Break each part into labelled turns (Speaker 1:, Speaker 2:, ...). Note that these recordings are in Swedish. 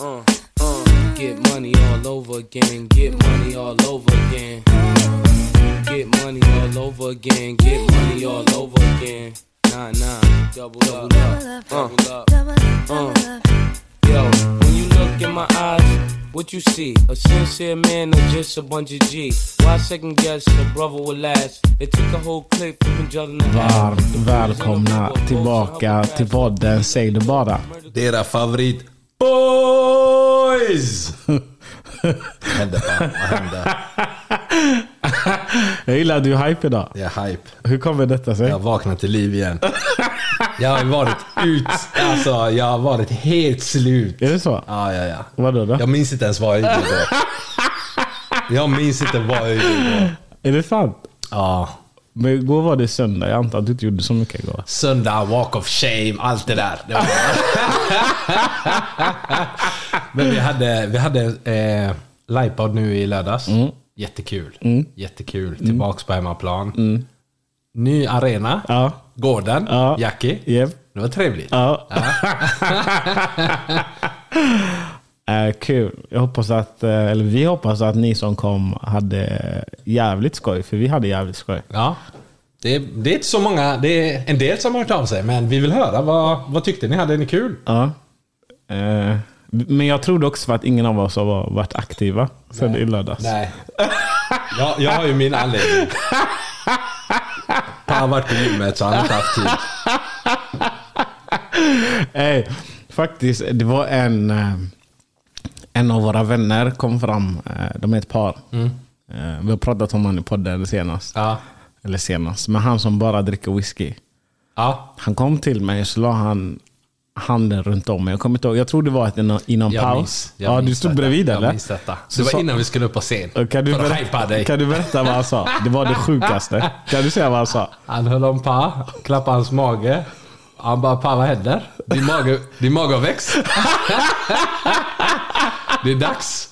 Speaker 1: Uh, uh, get money all over again, get money all over again. Get money all over again, get money all over again. Nah, nah, double, double up, double up. Uh, yo, when you look in my eyes, what you see? A sincere man or just a bunch of G? Why second guess a brother will last? It took a whole clip from each other to have.
Speaker 2: Varmt välkomna tillbaka till podden Säg det bara.
Speaker 3: Dera favorit Boys! Hände fan, vad hände?
Speaker 2: Jag gillar att du är hype idag.
Speaker 3: Jag är hype.
Speaker 2: Hur kommer detta sig?
Speaker 3: Jag har vaknat till liv igen. Jag har varit ut... Alltså, jag har varit helt slut.
Speaker 2: Är det så?
Speaker 3: Ja, ja, ja.
Speaker 2: Vadå då?
Speaker 3: Jag minns inte ens vad jag gjorde då. Jag minns inte vad jag gjorde då.
Speaker 2: Är det sant?
Speaker 3: Ja.
Speaker 2: Men igår var det söndag. Jag antar att du inte gjorde så mycket igår.
Speaker 3: Söndag, walk of shame, allt det där. Det var... Men vi hade, vi hade eh, livepod nu i lördags.
Speaker 2: Mm.
Speaker 3: Jättekul. Jättekul. Tillbaks på hemmaplan. Ny arena.
Speaker 2: Mm. Ja.
Speaker 3: Gården.
Speaker 2: Ja.
Speaker 3: Jackie.
Speaker 2: Japp.
Speaker 3: Det var trevligt.
Speaker 2: Ja. Eh, kul. Jag hoppas att, eh, eller vi hoppas att ni som kom hade jävligt skoj, för vi hade jävligt skoj.
Speaker 3: Ja. Det, det är inte så många. Det är en del som har hört av sig, men vi vill höra. Vad, vad tyckte ni? Hade ni kul?
Speaker 2: Ja. Eh, men jag trodde också att ingen av oss har var- varit aktiva sen i lördags.
Speaker 3: Nej. Jag, jag har ju min anledning. Han har varit på gymmet så han har inte haft tid.
Speaker 2: Nej, faktiskt. Det var en, eh, en av våra vänner kom fram. eh, De är ett par. Eh, Vi har pratat om honom i podden senast.
Speaker 3: Mm. Ja.
Speaker 2: Eller senast. Men han som bara dricker whisky.
Speaker 3: Ja.
Speaker 2: Han kom till mig och så la han handen runt om mig. Jag kommer inte ihåg. Jag tror det var ett innan, innan
Speaker 3: Jag
Speaker 2: paus.
Speaker 3: minns- jag
Speaker 2: ja, du
Speaker 3: minns
Speaker 2: stod
Speaker 3: detta.
Speaker 2: bredvid eller?
Speaker 3: Jag minns detta.
Speaker 2: Så
Speaker 3: Det var
Speaker 2: sa- Eh,
Speaker 3: innan vi skulle upp på scen.
Speaker 2: Kan du,
Speaker 3: för att hypa
Speaker 2: berätta,
Speaker 3: dig.
Speaker 2: kan du berätta vad han sa? Det var det sjukaste. Kan du säga vad han sa?
Speaker 3: Han höll om Pa, klappade hans mage. Han bara, Pa vad händer? Din mage, din mage har växt. Det är dags.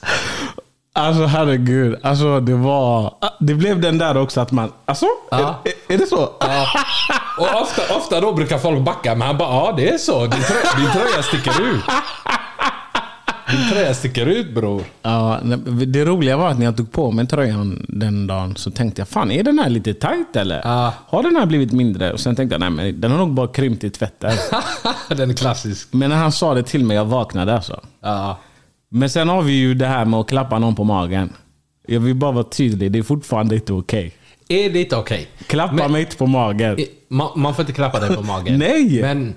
Speaker 2: Alltså herregud. Alltså det var... Det blev den där också att man... Alltså?
Speaker 3: Ja.
Speaker 2: Är, är, är det så? Ah.
Speaker 3: Ja. Och ofta, ofta då brukar folk backa, men han bara, ja det är så. Din, trö, din tröja sticker ut. Din tröja sticker ut bror.
Speaker 2: Ja, nej, det roliga var att när jag tog på mig tröjan den dagen så tänkte jag, fan är den här lite tight eller?
Speaker 3: Ja.
Speaker 2: Har den här blivit mindre? Och sen tänkte jag, nej men den har nog bara krympt i tvätten.
Speaker 3: Den är klassisk.
Speaker 2: men när han sa det till mig, jag vaknade alltså.
Speaker 3: Ja.
Speaker 2: Men sen har vi ju det här med att klappa någon på magen. Jag vill bara vara tydlig, det är fortfarande inte okej.
Speaker 3: Är det inte okej?
Speaker 2: Klappa mig inte på magen.
Speaker 3: I- Man, man får inte klappa dig på magen.
Speaker 2: Nej.
Speaker 3: Men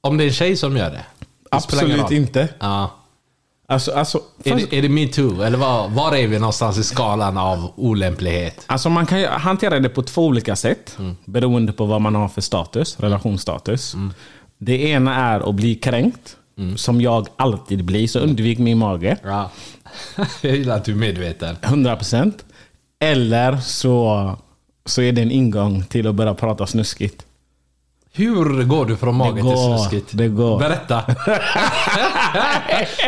Speaker 3: om det är en tjej som gör det? det spelar ingen
Speaker 2: Absolut
Speaker 3: roll.
Speaker 2: inte.
Speaker 3: Ja.
Speaker 2: Alltså, alltså,
Speaker 3: Är,
Speaker 2: fast,
Speaker 3: det, är det metoo? Eller var, var är vi någonstans i skalan av olämplighet?
Speaker 2: alltså man kan ju hantera det på två olika sätt.
Speaker 3: Mm.
Speaker 2: Beroende på vad man har för status, relationsstatus. Det ena är att bli kränkt.
Speaker 3: Mm.
Speaker 2: Som jag alltid blir, så undvik min mage.
Speaker 3: Ja. Jag gillar att du är medveten.
Speaker 2: 100%. Eller så, så är det en ingång till att börja prata snuskigt.
Speaker 3: Hur går du från magen
Speaker 2: går,
Speaker 3: till snuskigt?
Speaker 2: det går.
Speaker 3: Berätta.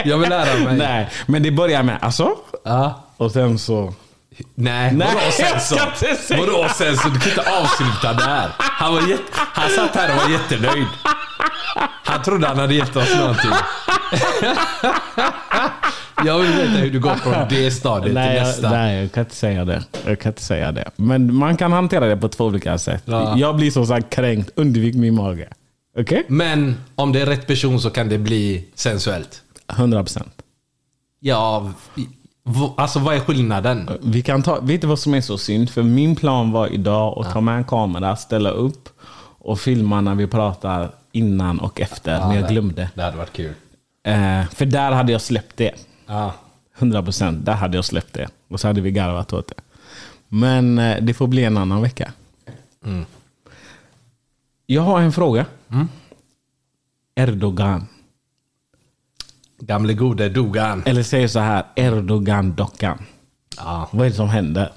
Speaker 3: Jag vill lära mig.
Speaker 2: Nej, men det börjar med alltså.
Speaker 3: Ja.
Speaker 2: Och sen så...
Speaker 3: Nej,
Speaker 2: Nej,
Speaker 3: vadå sen
Speaker 2: jag
Speaker 3: så?
Speaker 2: ska inte säga.
Speaker 3: Vadå sen så? Du kan inte avsluta där. Han, var jätte, han satt här och var jättenöjd. Han trodde han hade gett oss någonting. Jag vill veta hur du går från det stadiet
Speaker 2: Nej,
Speaker 3: till
Speaker 2: jag,
Speaker 3: nästa.
Speaker 2: nej, jag kan inte säga det. Jag kan inte säga det. Men man kan hantera det på två olika sätt.
Speaker 3: Ja.
Speaker 2: Jag blir som sagt kränkt. Undvik min mage. Okej?
Speaker 3: Men om det är rätt person så kan det bli sensuellt.
Speaker 2: 100%.
Speaker 3: Ja, v- v- alltså vad är skillnaden?
Speaker 2: Eh, Vi kan ta, vet du vad som är så synd? För min plan var idag att ta med en kamera, ställa upp och filma när vi pratar innan och efter. men jag glömde.
Speaker 3: Det hade varit kul.
Speaker 2: Eh, för där hade jag släppt det.
Speaker 3: Ja.
Speaker 2: 100%. Där hade jag släppt det. Och så hade vi garvat åt det. Men eh, det får bli en annan vecka. Jag har en fråga. Erdogan.
Speaker 3: Gamle gode Dogan.
Speaker 2: Eller säger så här, Erdogan-dockan.
Speaker 3: Ja,
Speaker 2: Vad är det som händer?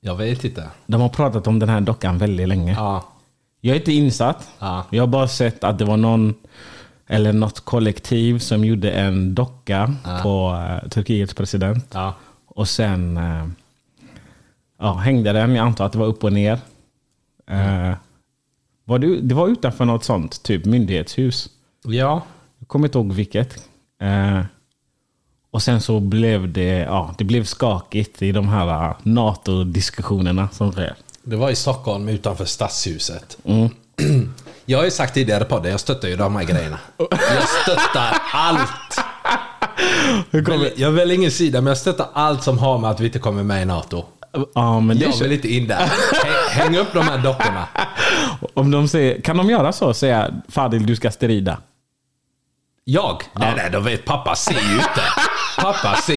Speaker 3: jag vet inte.
Speaker 2: De har pratat om den här dockan väldigt länge.
Speaker 3: Ja.
Speaker 2: Jag är inte insatt.
Speaker 3: Ja.
Speaker 2: Jag har bara sett att det var någon eller något kollektiv som gjorde en docka på eh, Turkiets president.
Speaker 3: Ja.
Speaker 2: Och sen eh,
Speaker 3: Mm.
Speaker 2: ja, hängde den. Jag antar att det var upp och ner. Eh, Var det, det var utanför något sånt, typ myndighetshus.
Speaker 3: Ja.
Speaker 2: Jag kommer inte ihåg vilket. Eh, och sen så blev det, ja, det blev skakigt i de här eh, NATO-diskussionerna som sker.
Speaker 3: Det var i Stockholm utanför stadshuset.
Speaker 2: Mm.
Speaker 3: Jag har ju sagt tidigare på det, jag stöttar ju de här grejerna. Jag stöttar allt. Väl- Jag väljer ingen sida, men jag stöttar allt som har med att vi inte kommer med i NATO.
Speaker 2: Ja, men det
Speaker 3: Jag vill inte in där. Häng- Häng upp de här dockorna.
Speaker 2: om de säger, kan de göra så? Säga Fadil, du ska strida.
Speaker 3: Jag? Nej, nej, de vet. Pappa ser ju inte. Pappa ser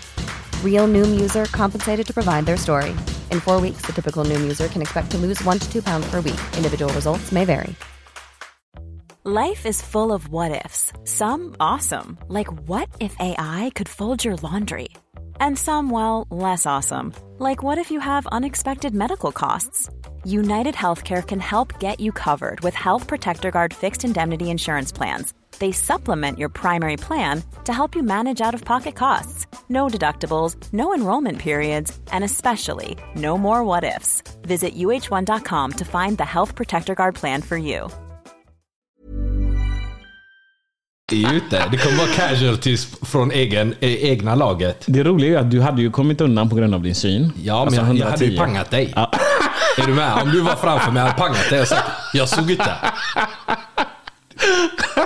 Speaker 4: Real Noom user compensated to provide their story. In four weeks, the typical Noom user can expect to lose one to two pounds per week. Individual results may vary.
Speaker 5: Life is full of what ifs. Some awesome, like what if AI could fold your laundry? And some, well, less awesome, like what if you have unexpected medical costs? United Healthcare can help get you covered with Health Protector Guard fixed indemnity insurance plans. They supplement your primary plan to help you manage out of pocket costs. No deductibles, no enrollment periods, and especially no more what ifs. Visit uh1.com to find the Health Protector Guard plan for you.
Speaker 3: ju inte. Det kommer vara casualties från egen, eh, egna laget.
Speaker 2: Det roliga är ju att du hade ju kommit undan på grund av din syn.
Speaker 3: Ja, men
Speaker 2: Alltså
Speaker 3: jag, jag hade ju
Speaker 2: 110.
Speaker 3: pangat dig. Är du med? Om du var framför mig jag hade pangat dig och sagt jag såg inte.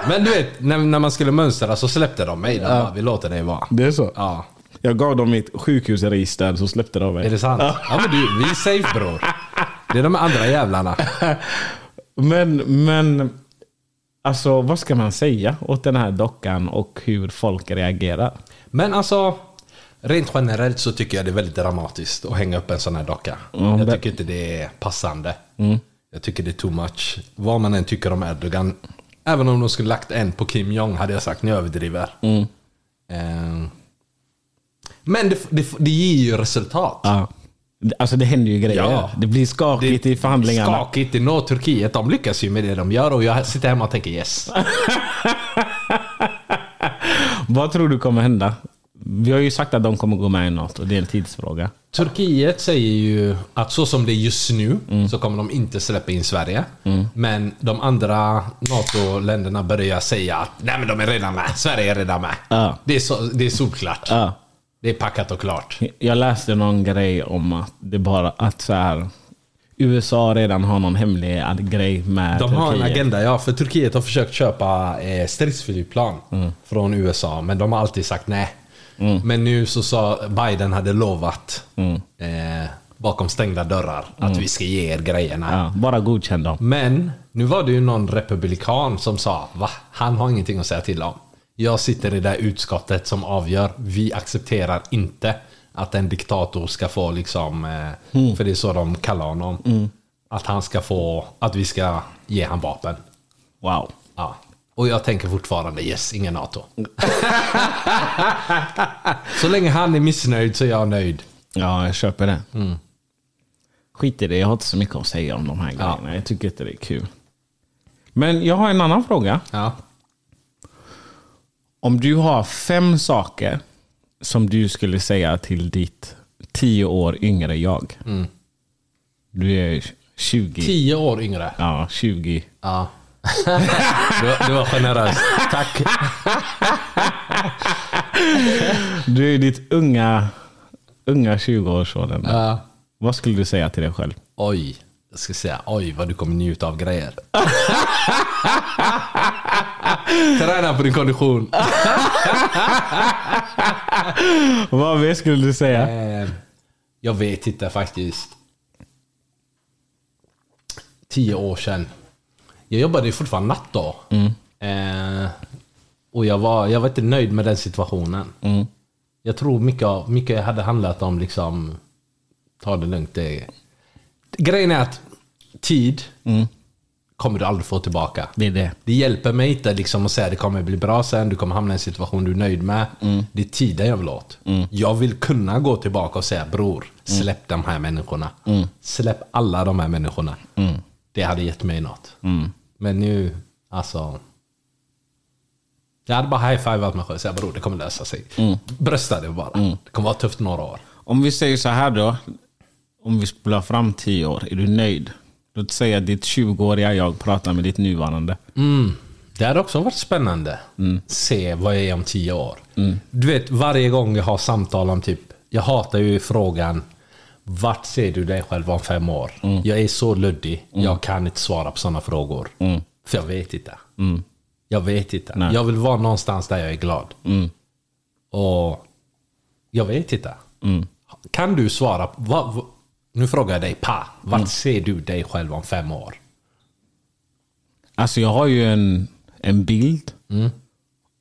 Speaker 3: Men du vet, när, när man skulle mönstra så släppte de mig. De bara, vi låter dig vara.
Speaker 2: Det är så?
Speaker 3: Ja.
Speaker 2: Jag gav dem mitt sjukhusregister så släppte de mig.
Speaker 3: Är det sant? Ja men du, vi är safe bror. Det är de andra jävlarna.
Speaker 2: Men, men... Alltså, vad ska man säga åt den här dockan och hur folk reagerar?
Speaker 3: Men alltså, rent generellt så tycker jag det är väldigt dramatiskt att hänga upp en sån här docka. jag
Speaker 2: men- Mm.
Speaker 3: tycker inte det är passande. Jag tycker det är too much. Vad man än tycker om Erdogan, även om de skulle lagt en på Kim Jong hade jag sagt ni överdriver.
Speaker 2: Mm.
Speaker 3: Eh, men det, det, det ger ju resultat.
Speaker 2: Ja. Alltså det händer ju grejer.
Speaker 3: Ja.
Speaker 2: Det blir skakigt i förhandlingarna.
Speaker 3: Skakigt, det når Turkiet. De lyckas ju med det de gör och jag sitter hemma och tänker yes.
Speaker 2: Vad tror du kommer hända? Vi har ju sagt att de kommer gå med i NATO. Det är en tidsfråga.
Speaker 3: Turkiet säger ju att så som det är just nu
Speaker 2: Mm.
Speaker 3: så kommer de inte släppa in Sverige. Men de andra NATO-länderna börjar säga att nej men de är redan med. Sverige är redan med.
Speaker 2: Ja.
Speaker 3: Det, är så, det är solklart.
Speaker 2: Ja.
Speaker 3: Det är packat och klart.
Speaker 2: Jag läste någon grej om att det bara att så här, USA redan har någon hemlig ad- grej med
Speaker 3: De har en
Speaker 2: Turkiet.
Speaker 3: agenda, ja. För Turkiet har försökt köpa eh, stridsflygplan
Speaker 2: Mm.
Speaker 3: från USA, men de har alltid sagt nej. Men nu så sa Biden hade lovat
Speaker 2: Mm.
Speaker 3: eh, bakom stängda dörrar att vi ska ge er grejerna.
Speaker 2: Ja, bara godkänn dem.
Speaker 3: Men nu var det ju någon republikan som sa va? Han har ingenting att säga till om. Jag sitter i det där utskottet som avgör. Vi accepterar inte att en diktator ska få liksom, eh, för det är så de kallar honom. Att han ska få, att vi ska ge han vapen.
Speaker 2: Wow.
Speaker 3: Ja. Och jag tänker fortfarande yes, ingen NATO. så länge han är missnöjd så är jag nöjd.
Speaker 2: Ja, jag köper det.
Speaker 3: Mm.
Speaker 2: Skit i det, jag har inte så mycket att säga om de här grejerna. Jag tycker inte det är kul. Men jag har en annan fråga.
Speaker 3: Ja.
Speaker 2: Om du har fem saker som du skulle säga till ditt tio år yngre jag. Du är 20.
Speaker 3: Mm. Tio år yngre.
Speaker 2: Ja, 20.
Speaker 3: Ja. du, var- du var generös. Tack.
Speaker 2: Du är i ditt unga, unga 20-årsåldern.
Speaker 3: Ja.
Speaker 2: Vad skulle du säga till dig själv?
Speaker 3: Oj. Jag ska säga oj vad du kommer njuta av grejer. Träna på din kondition.
Speaker 2: Vad mer skulle du säga?
Speaker 3: Eh, Jag vet inte faktiskt. Tio år sedan. Jag jobbade ju fortfarande natt då. Eh, och jag var, jag var inte nöjd med den situationen. Jag tror mycket, av- mycket hade handlat om liksom, ta det lugnt. Det. Grejen är att tid kommer du aldrig få tillbaka.
Speaker 2: Det är det.
Speaker 3: Det hjälper mig inte liksom att säga det kommer bli bra sen, du kommer hamna i en situation du är nöjd med. Det är tiden jag vill åt. Jag vill kunna gå tillbaka och säga bror, släpp de här människorna. Släpp alla de här människorna. Det hade gett mig något. Men nu, alltså. Jag hade bara high-fivat mig själv och säga bror det kommer lösa sig. Brösta det bara. Det kommer vara tufft några år.
Speaker 2: Om vi säger så här då. Om vi spolar fram tio år, är du nöjd? Låt säga ditt 20-åriga jag pratar med ditt nuvarande.
Speaker 3: Det hade också varit spännande. Se vad jag är om tio år. Du vet, varje gång jag har samtal om typ... Jag hatar ju frågan Vart ser du dig själv om fem år? Jag är så luddig. Jag kan inte svara på sådana frågor. För jag vet inte. Jag vet inte.
Speaker 2: Nej.
Speaker 3: Jag vill vara någonstans där jag är glad. Och jag vet inte. Kan du svara? Vad, vad, nu frågar jag dig, Pa. Vart ser du dig själv om fem år?
Speaker 2: Alltså jag har ju en, en bild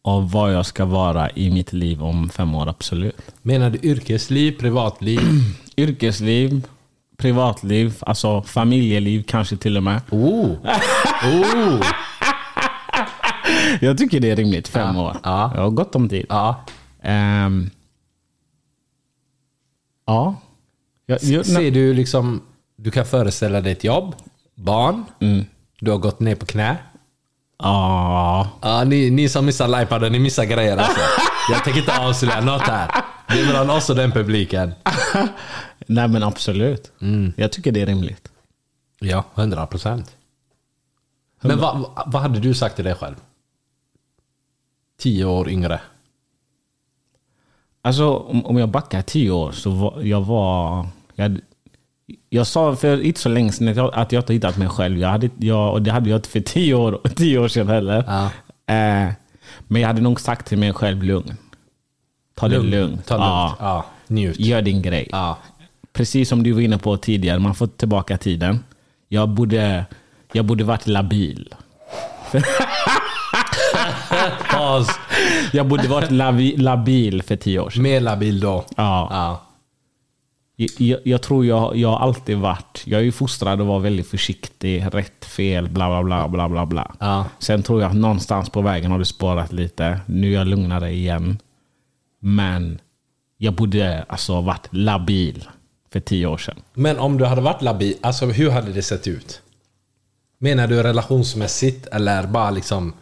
Speaker 2: av vad jag ska vara i mitt liv om fem år, absolut.
Speaker 3: Menar du yrkesliv, privatliv?
Speaker 2: Yrkesliv, privatliv, alltså familjeliv kanske till och med.
Speaker 3: Oh. Oh.
Speaker 2: Jag tycker det är rimligt, fem år.
Speaker 3: ja.
Speaker 2: Jag har gott om tid.
Speaker 3: Ja.
Speaker 2: Ehm, ja. Jag, jag,
Speaker 3: Ser du liksom, du kan föreställa dig ett jobb, barn, du har gått ner på knä.
Speaker 2: ja.
Speaker 3: Ja, ni, ni som missar livepodden, ni missar grejer alltså. Jag tänker inte avslöja något här. Det är mellan oss och den publiken.
Speaker 2: Nej men absolut.
Speaker 3: Mm.
Speaker 2: Jag tycker det är rimligt.
Speaker 3: Ja, 100 procent. Men vad, vad- vad hade du sagt till dig själv? Tio år yngre.
Speaker 2: Alltså om, om jag backar tio år så var jag var... Jag, jag sa för inte så länge sedan att jag, att jag inte hittat mig själv. Jag hade, jag, och det hade jag inte för tio år, tio år sedan heller.
Speaker 3: Ja.
Speaker 2: Eh, men jag hade nog sagt till mig själv, lugn. Ta det lugnt.
Speaker 3: Ta lugnt. Ja.
Speaker 2: Ja.
Speaker 3: njut.
Speaker 2: Gör din grej.
Speaker 3: Ja.
Speaker 2: Precis som du var inne på tidigare, man får tillbaka tiden. Jag borde, jag borde varit labil.
Speaker 3: Paus.
Speaker 2: Jag borde varit lavi, labil för tio år sedan.
Speaker 3: Mer labil då.
Speaker 2: Ja.
Speaker 3: Ja.
Speaker 2: Jag- Jag, jag tror jag, jag har alltid varit, jag är ju fostrad att vara väldigt försiktig, rätt, fel, bla bla bla bla bla. bla.
Speaker 3: Ja.
Speaker 2: Sen tror jag att någonstans på vägen har du sparat lite. Nu är jag lugnare igen. Men jag borde alltså ha varit labil för tio år sedan.
Speaker 3: Men om du hade varit labil, alltså hur hade det sett ut? Menar du relationsmässigt eller bara liksom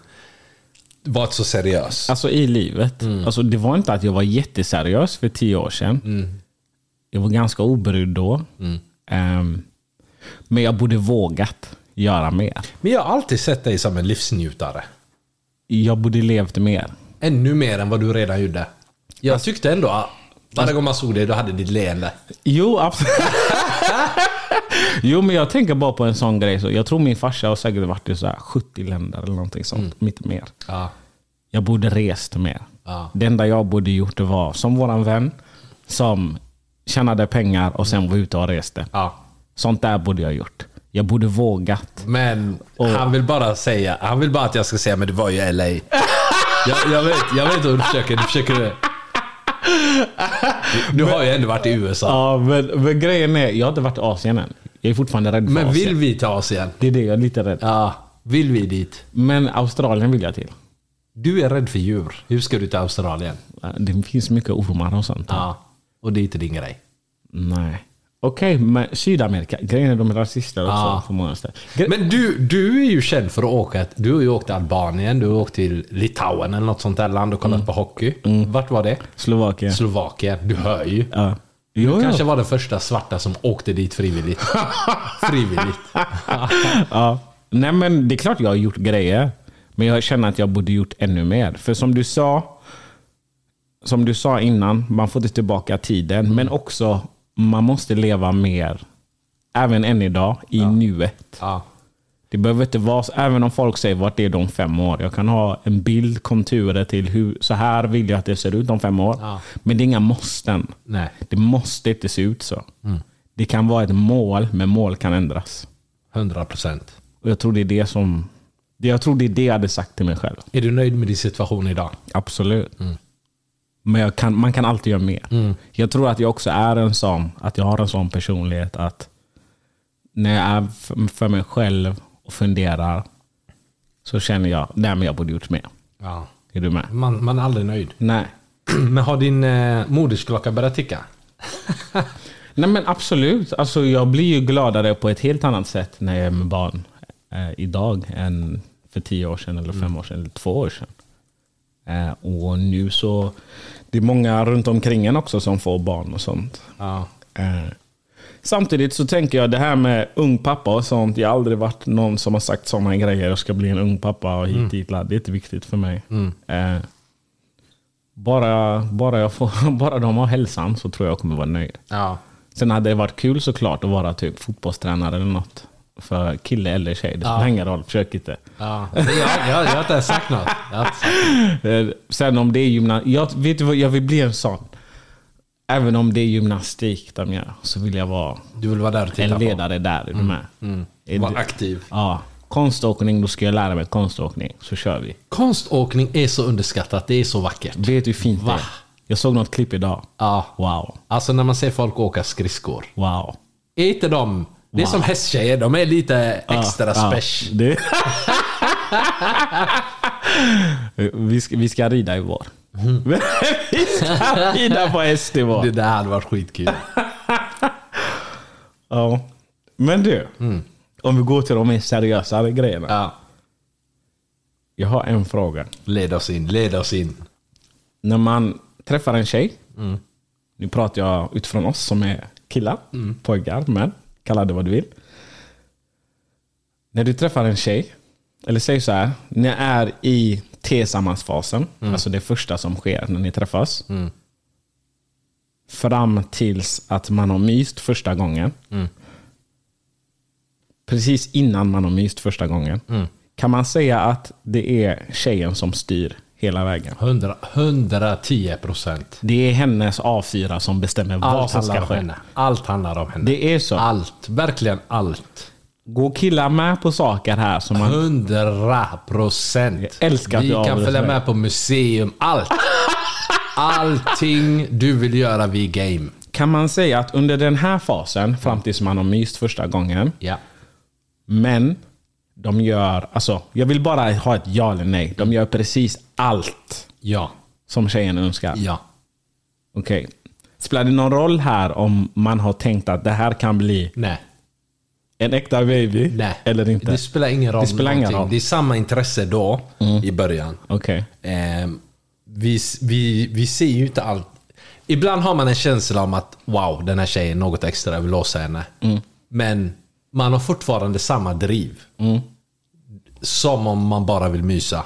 Speaker 3: varit så seriös?
Speaker 2: Alltså i livet. Alltså, det var inte att jag var jätteseriös för tio år sedan. Jag var ganska obrydd då. Ehm, men jag borde vågat göra mer.
Speaker 3: Men jag har alltid sett dig som en livsnjutare.
Speaker 2: Jag borde levt mer.
Speaker 3: Ännu mer än vad du redan gjorde. Jag tyckte ändå att varje gång man såg dig, du hade ditt leende.
Speaker 2: Jo, absolut. jo, men jag tänker bara på en sån grej. Så jag tror min farsa har säkert varit i så här 70 länder eller någonting sånt. Mitt mer.
Speaker 3: Mm. Ja.
Speaker 2: Jag borde rest mer.
Speaker 3: Ja.
Speaker 2: Det enda jag borde gjort var som våran vän som tjänade pengar och sen var ute och reste.
Speaker 3: Ja.
Speaker 2: Sånt där borde jag gjort. Jag borde vågat.
Speaker 3: Men han vill bara säga, han vill bara att jag ska säga men det var ju LA. Jag, jag, vet, jag vet hur du försöker, du försöker... Du, du har ju ändå varit i USA.
Speaker 2: Ja, men, men grejen är, jag har inte varit i Asien än. Jag är fortfarande rädd för
Speaker 3: Men
Speaker 2: Asien.
Speaker 3: vill vi till Asien?
Speaker 2: Det är det jag är lite rädd.
Speaker 3: Ja, vill vi dit?
Speaker 2: Men Australien vill jag till.
Speaker 3: Du är rädd för djur. Hur ska du till Australien?
Speaker 2: Det finns mycket ormar och sånt.
Speaker 3: Ja. Och det är inte din grej.
Speaker 2: Nej. Okej, men Sydamerika. Grejen är de är rasister också
Speaker 3: Ja.
Speaker 2: på många ställen. Gre-
Speaker 3: Men du, du är ju känd för att åka. Du har ju åkt till Albanien, du har åkt till Litauen eller något sånt där land och kollat på hockey. Vart var det?
Speaker 2: Slovakien.
Speaker 3: Slovakien. Du hör ju.
Speaker 2: ja. Jo, ja.
Speaker 3: Du kanske var den första svarta som åkte dit frivilligt. frivilligt.
Speaker 2: ja. Nej men det är klart jag har gjort grejer. Men jag känner att jag borde gjort ännu mer. För som du sa, som du sa innan, man får inte tillbaka
Speaker 3: Mm.
Speaker 2: tiden. Men också, man måste leva mer, även än idag, i nuet.
Speaker 3: Ja.
Speaker 2: Det behöver inte vara, så- även om folk säger vart är de om fem år. Jag kan ha en bild, konturer till hur, så här vill jag att det ser ut om fem år.
Speaker 3: Ja.
Speaker 2: Men det är inga måsten.
Speaker 3: Nej.
Speaker 2: Det måste inte se ut så. Det kan vara ett mål, men mål kan ändras.
Speaker 3: 100 procent.
Speaker 2: Och jag tror det är det som... det- Jag tror det är det jag hade sagt till mig själv.
Speaker 3: Är du nöjd med din situation idag?
Speaker 2: Absolut. Men jag kan, man kan alltid göra mer. Jag tror att jag också är en sån, att jag har en sån personlighet att när jag är f- för mig själv och funderar så känner jag, nej men jag borde gjort mer.
Speaker 3: Ja.
Speaker 2: Är du med?
Speaker 3: Man, man är aldrig nöjd.
Speaker 2: Nej.
Speaker 3: Men har din eh, modersklocka börjat ticka?
Speaker 2: Nej men absolut. Alltså, jag blir ju gladare på ett helt annat sätt när jag är med barn eh, idag än för tio år sedan, eller fem år sedan, eller två år sedan. Eh, och nu så, det är många runt omkring en också som får barn och sånt.
Speaker 3: Ja.
Speaker 2: Eh, Samtidigt så tänker jag det här med ung pappa och sånt. Jag har aldrig varit någon som har sagt sådana grejer. Jag ska bli en ung pappa och hit dit. la. Det är inte viktigt för mig. Eh, bara, bara, jag får, bara de har hälsan så tror jag kommer vara nöjd.
Speaker 3: Ja.
Speaker 2: Sen hade det varit kul såklart att vara typ fotbollstränare eller något. För kille eller tjej, det spelar ingen roll. Försök inte.
Speaker 3: ja. Jag, jag, jag har inte ens sagt något. Jag har inte sagt-
Speaker 2: Eh, Sen om det är gymnastik. Jag, vet du vad, jag vill bli en sån. Även om det är gymnastik de gör så vill jag vara
Speaker 3: Du vill vara där och titta
Speaker 2: en
Speaker 3: på. Mm.
Speaker 2: ledare där. Är du med? Är
Speaker 3: Var
Speaker 2: du-
Speaker 3: aktiv.
Speaker 2: Ja. Konståkning, då ska jag lära mig konståkning. Så kör vi.
Speaker 3: Konståkning är så underskattat. Det är så vackert.
Speaker 2: Vet du hur fint det
Speaker 3: Va?
Speaker 2: är? Jag såg något klipp idag.
Speaker 3: Ja.
Speaker 2: Wow.
Speaker 3: Alltså när man ser folk åka skridskor.
Speaker 2: Wow.
Speaker 3: Är inte de... Det är
Speaker 2: Wow.
Speaker 3: som hästtjejer, de är lite extra
Speaker 2: Ja,
Speaker 3: special.
Speaker 2: det- vi, ska, vi ska rida i vår. vi ska rida på häst i
Speaker 3: Mm. Det
Speaker 2: vår.
Speaker 3: där hade varit skitkul.
Speaker 2: Ja. Men du, om vi går till de mer seriösa grejerna.
Speaker 3: Mm. Ja.
Speaker 2: Jag har en fråga.
Speaker 3: Led oss in, led oss in.
Speaker 2: När man träffar en tjej, nu pratar jag utifrån oss som är killar, pojkar, män, kalla det vad du vill. När du träffar en tjej, eller säg så här, ni är i tillsammansfasen, alltså det första som sker när ni träffas. Fram tills att man har myst första gången. Precis innan man har myst första gången. Kan man säga att det är tjejen som styr hela vägen?
Speaker 3: 100, 110 procent.
Speaker 2: Det är hennes A4 som bestämmer vad
Speaker 3: Allt
Speaker 2: som
Speaker 3: handlar
Speaker 2: ska
Speaker 3: om
Speaker 2: ske.
Speaker 3: henne. Allt handlar om henne.
Speaker 2: Det är så.
Speaker 3: Allt, verkligen allt.
Speaker 2: Går killar med på saker här som
Speaker 3: Mm.
Speaker 2: man...
Speaker 3: Hundra procent.
Speaker 2: Jag älskar att
Speaker 3: Vi
Speaker 2: du
Speaker 3: kan
Speaker 2: avbryter
Speaker 3: följa
Speaker 2: mig.
Speaker 3: med på museum. Allt. Allting du vill göra, vi är game.
Speaker 2: Kan man säga att under den här fasen, fram tills man har myst första gången,
Speaker 3: Ja.
Speaker 2: men de gör... Alltså, jag vill bara ha ett ja eller nej. De gör precis allt
Speaker 3: Ja.
Speaker 2: som tjejen önskar.
Speaker 3: Ja.
Speaker 2: Okej. Spelar det någon roll här om man har tänkt att det här kan bli
Speaker 3: Nej.
Speaker 2: en äkta baby
Speaker 3: Nej.
Speaker 2: eller inte?
Speaker 3: Det spelar ingen roll.
Speaker 2: Det spelar ingen
Speaker 3: någonting.
Speaker 2: roll. Mm.
Speaker 3: Det är samma intresse då, i början.
Speaker 2: Okej.
Speaker 3: Ehm, vi, vi, vi ser ju inte allt. Ibland har man en känsla om att wow, den här tjejen är något extra, jag vill låsa henne. Men man har fortfarande samma driv. Som om man bara vill mysa.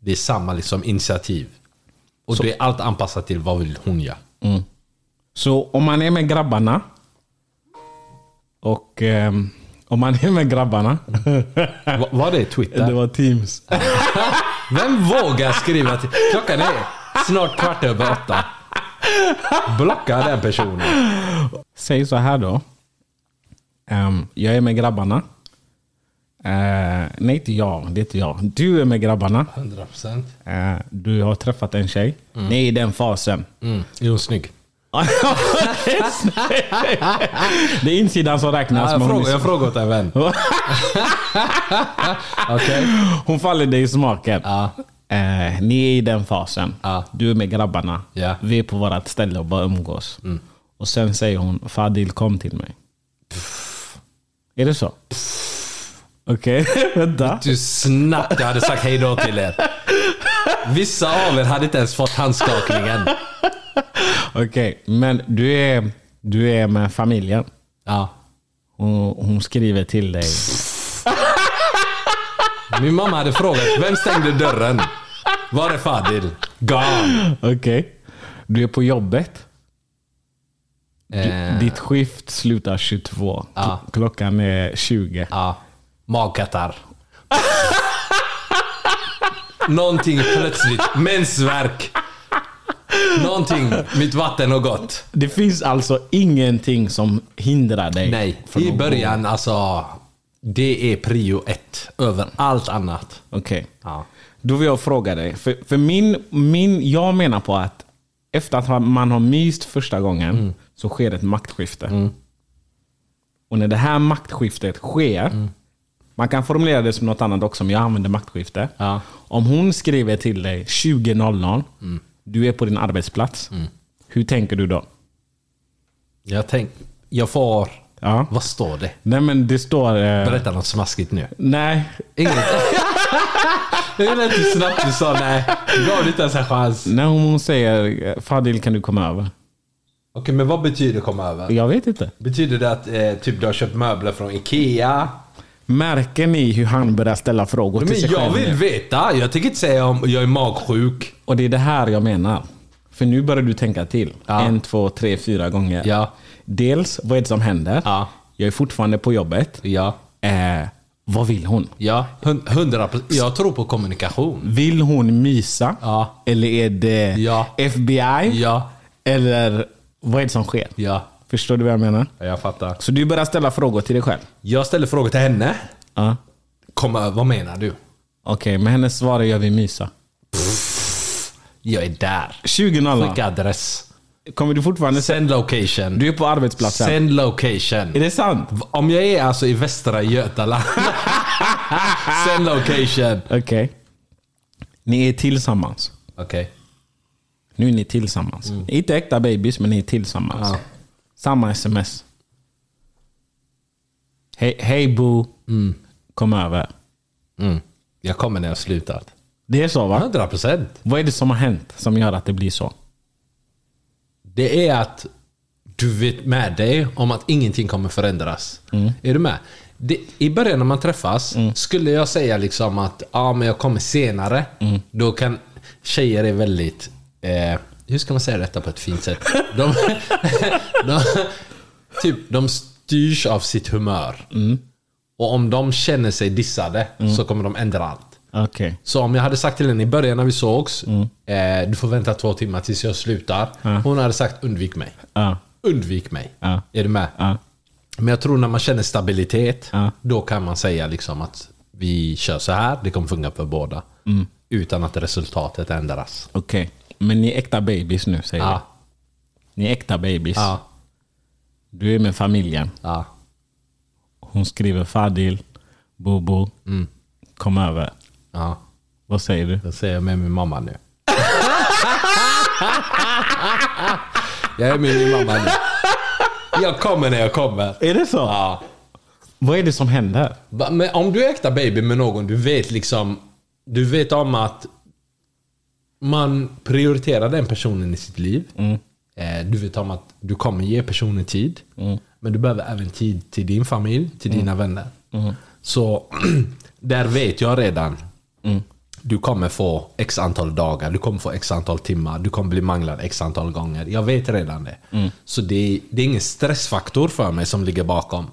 Speaker 3: Det är samma liksom initiativ. Och det är allt anpassat till vad vill hon göra.
Speaker 2: Så om man är med grabbarna och ehm, om man är med grabbarna.
Speaker 3: Va- Var det Twitter?
Speaker 2: det var Teams.
Speaker 3: Vem vågar skriva till... Klockan är snart kvart över åtta. Blocka den personen.
Speaker 2: Säg så här då. Ehm, jag är med grabbarna. Eh, nej, inte jag. Det är inte jag. Du är med grabbarna.
Speaker 3: 100%.
Speaker 2: Eh, du har träffat en tjej. Nej, i den fasen.
Speaker 3: Mm. Är hon snygg?
Speaker 2: det är insidan som räknas.
Speaker 3: Ja, jag,
Speaker 2: men hon är
Speaker 3: frågar, jag
Speaker 2: så-
Speaker 3: frågar åt en vän. Okej.
Speaker 2: Hon faller dig i smaken.
Speaker 3: Ja.
Speaker 2: Eh, ni är i den fasen.
Speaker 3: Ja.
Speaker 2: Du är med grabbarna.
Speaker 3: Ja. Mm.
Speaker 2: Vi är på vårt ställe och bara umgås. Och sen säger hon, Fadil kom till mig. Är det så? Okej, vänta.
Speaker 3: Du snabbt, jag hade sagt hej då till er. Vissa av er hade inte ens fått handskakningen.
Speaker 2: Okej, men du är, du är med familjen.
Speaker 3: Ja.
Speaker 2: Och hon skriver till dig.
Speaker 3: Min mamma hade frågat, vem stängde dörren? Var är Fadil? Gone.
Speaker 2: Okej. Du är på jobbet.
Speaker 3: Eh,
Speaker 2: Ditt skift slutar 22.
Speaker 3: Ja.
Speaker 2: Klockan är 20.
Speaker 3: ja. magkatarr. Någonting plötsligt. Mensvärk. Någonting. Mitt vatten har gått.
Speaker 2: Det finns alltså ingenting som hindrar dig.
Speaker 3: Nej,
Speaker 2: från
Speaker 3: i
Speaker 2: att gå-
Speaker 3: början alltså. Det är prio ett över allt annat.
Speaker 2: Okej.
Speaker 3: Ja.
Speaker 2: Då vill jag fråga dig. För, för min, min, jag menar på att efter att man har myst första gången
Speaker 3: Mm.
Speaker 2: så sker ett maktskifte. Och när det här maktskiftet sker,
Speaker 3: Mm.
Speaker 2: man kan formulera det som något annat också, men jag använder maktskifte.
Speaker 3: Ja. Mm.
Speaker 2: Om hon skriver till dig 20.00, du är på din arbetsplats. Hur tänker du då?
Speaker 3: Jag tänk, jag får...
Speaker 2: Ja.
Speaker 3: Vad står det?
Speaker 2: Nej men det står... Eh,
Speaker 3: Berätta något smaskigt nu.
Speaker 2: nej.
Speaker 3: Inget. Jag gillar inte hur snabbt du sa nej. Du gav det inte ens en chans.
Speaker 2: När hon säger Fadil kan du komma över?
Speaker 3: Okej, men vad betyder komma över?
Speaker 2: Jag vet inte.
Speaker 3: Betyder det att eh, typ du har köpt möbler från Ikea?
Speaker 2: Märker ni hur han börjar ställa frågor till
Speaker 3: Men
Speaker 2: sig
Speaker 3: jag
Speaker 2: själv?
Speaker 3: vill
Speaker 2: nu?
Speaker 3: veta. Jag tänker inte säga om jag är magsjuk.
Speaker 2: Och det är det här jag menar. För nu börjar du tänka till.
Speaker 3: Ja.
Speaker 2: En, två, tre, fyra gånger.
Speaker 3: Ja.
Speaker 2: Dels, vad är det som händer?
Speaker 3: Ja.
Speaker 2: Jag är fortfarande på jobbet.
Speaker 3: Ja.
Speaker 2: Eh, vad vill hon?
Speaker 3: Ja. Hun- Hundra procent. Jag tror på kommunikation.
Speaker 2: Vill hon mysa?
Speaker 3: Ja.
Speaker 2: Eller är det
Speaker 3: Ja.
Speaker 2: FBI?
Speaker 3: Ja.
Speaker 2: Eller vad är det som sker?
Speaker 3: Ja.
Speaker 2: Förstår du vad jag menar?
Speaker 3: Jag fattar.
Speaker 2: Så du börjar ställa frågor till dig själv?
Speaker 3: Jag ställer frågor till henne.
Speaker 2: Ja.
Speaker 3: Kom över, vad menar du?
Speaker 2: Okej, men hennes svar är jag vill mysa.
Speaker 3: Jag är där.
Speaker 2: 20.00.
Speaker 3: Skicka adress.
Speaker 2: Kommer du fortfarande säga...
Speaker 3: Send location.
Speaker 2: Du är på arbetsplatsen.
Speaker 3: Send location.
Speaker 2: Är det sant?
Speaker 3: Om jag är alltså i Västra Götaland. Send location.
Speaker 2: Okej. Ni är tillsammans.
Speaker 3: Okej.
Speaker 2: Nu är ni tillsammans. Ni är Inte äkta babys, men ni är tillsammans.
Speaker 3: Ja.
Speaker 2: Samma sms. Hej, hej Bo. Kom över.
Speaker 3: Mm. Jag kommer när jag har slutat.
Speaker 2: Det är så va?
Speaker 3: 100 procent.
Speaker 2: Vad är det som har hänt som gör att det blir så?
Speaker 3: Det är att du vet med dig om att ingenting kommer förändras. Är du med? Det, I början när man träffas, skulle jag säga liksom att ah, men jag kommer senare. Då kan tjejer är väldigt... Eh, hur ska man säga detta på ett fint sätt? De, de, typ, de styrs av sitt humör. Och om de känner sig dissade så kommer de ändra allt.
Speaker 2: Okej.
Speaker 3: Så om jag hade sagt till henne i början när vi sågs,
Speaker 2: Mm.
Speaker 3: eh, du får vänta två timmar tills jag slutar. Hon hade sagt undvik mig.
Speaker 2: Ja.
Speaker 3: Undvik mig.
Speaker 2: Ja.
Speaker 3: Är du med?
Speaker 2: Ja.
Speaker 3: Men jag tror när man känner stabilitet,
Speaker 2: Ja.
Speaker 3: då kan man säga liksom att vi kör så här, det kommer funka för båda.
Speaker 2: Mm.
Speaker 3: Utan att resultatet ändras.
Speaker 2: Okej. Men ni är äkta babys nu säger
Speaker 3: Ja.
Speaker 2: du. Ni är äkta babys.
Speaker 3: Ja.
Speaker 2: Du är med familjen.
Speaker 3: Ja.
Speaker 2: Hon skriver Fadil, Bobo, kom över.
Speaker 3: ja.
Speaker 2: Vad säger du?
Speaker 3: Det säger jag med min mamma nu. jag är med min mamma nu. Jag kommer när jag kommer.
Speaker 2: Är det så?
Speaker 3: Ja.
Speaker 2: Vad är det som händer?
Speaker 3: Va, Men om du är äkta baby med någon, du vet liksom... Du vet om att man prioriterar den personen i sitt liv. Eh, Du vet om att du kommer ge personen tid. Men du behöver även tid till din familj, till dina vänner. Så där vet jag redan. Du kommer få x antal dagar, du kommer få x antal timmar, du kommer bli manglad x antal gånger. Jag vet redan det. Så det är, det är ingen stressfaktor för mig som ligger bakom.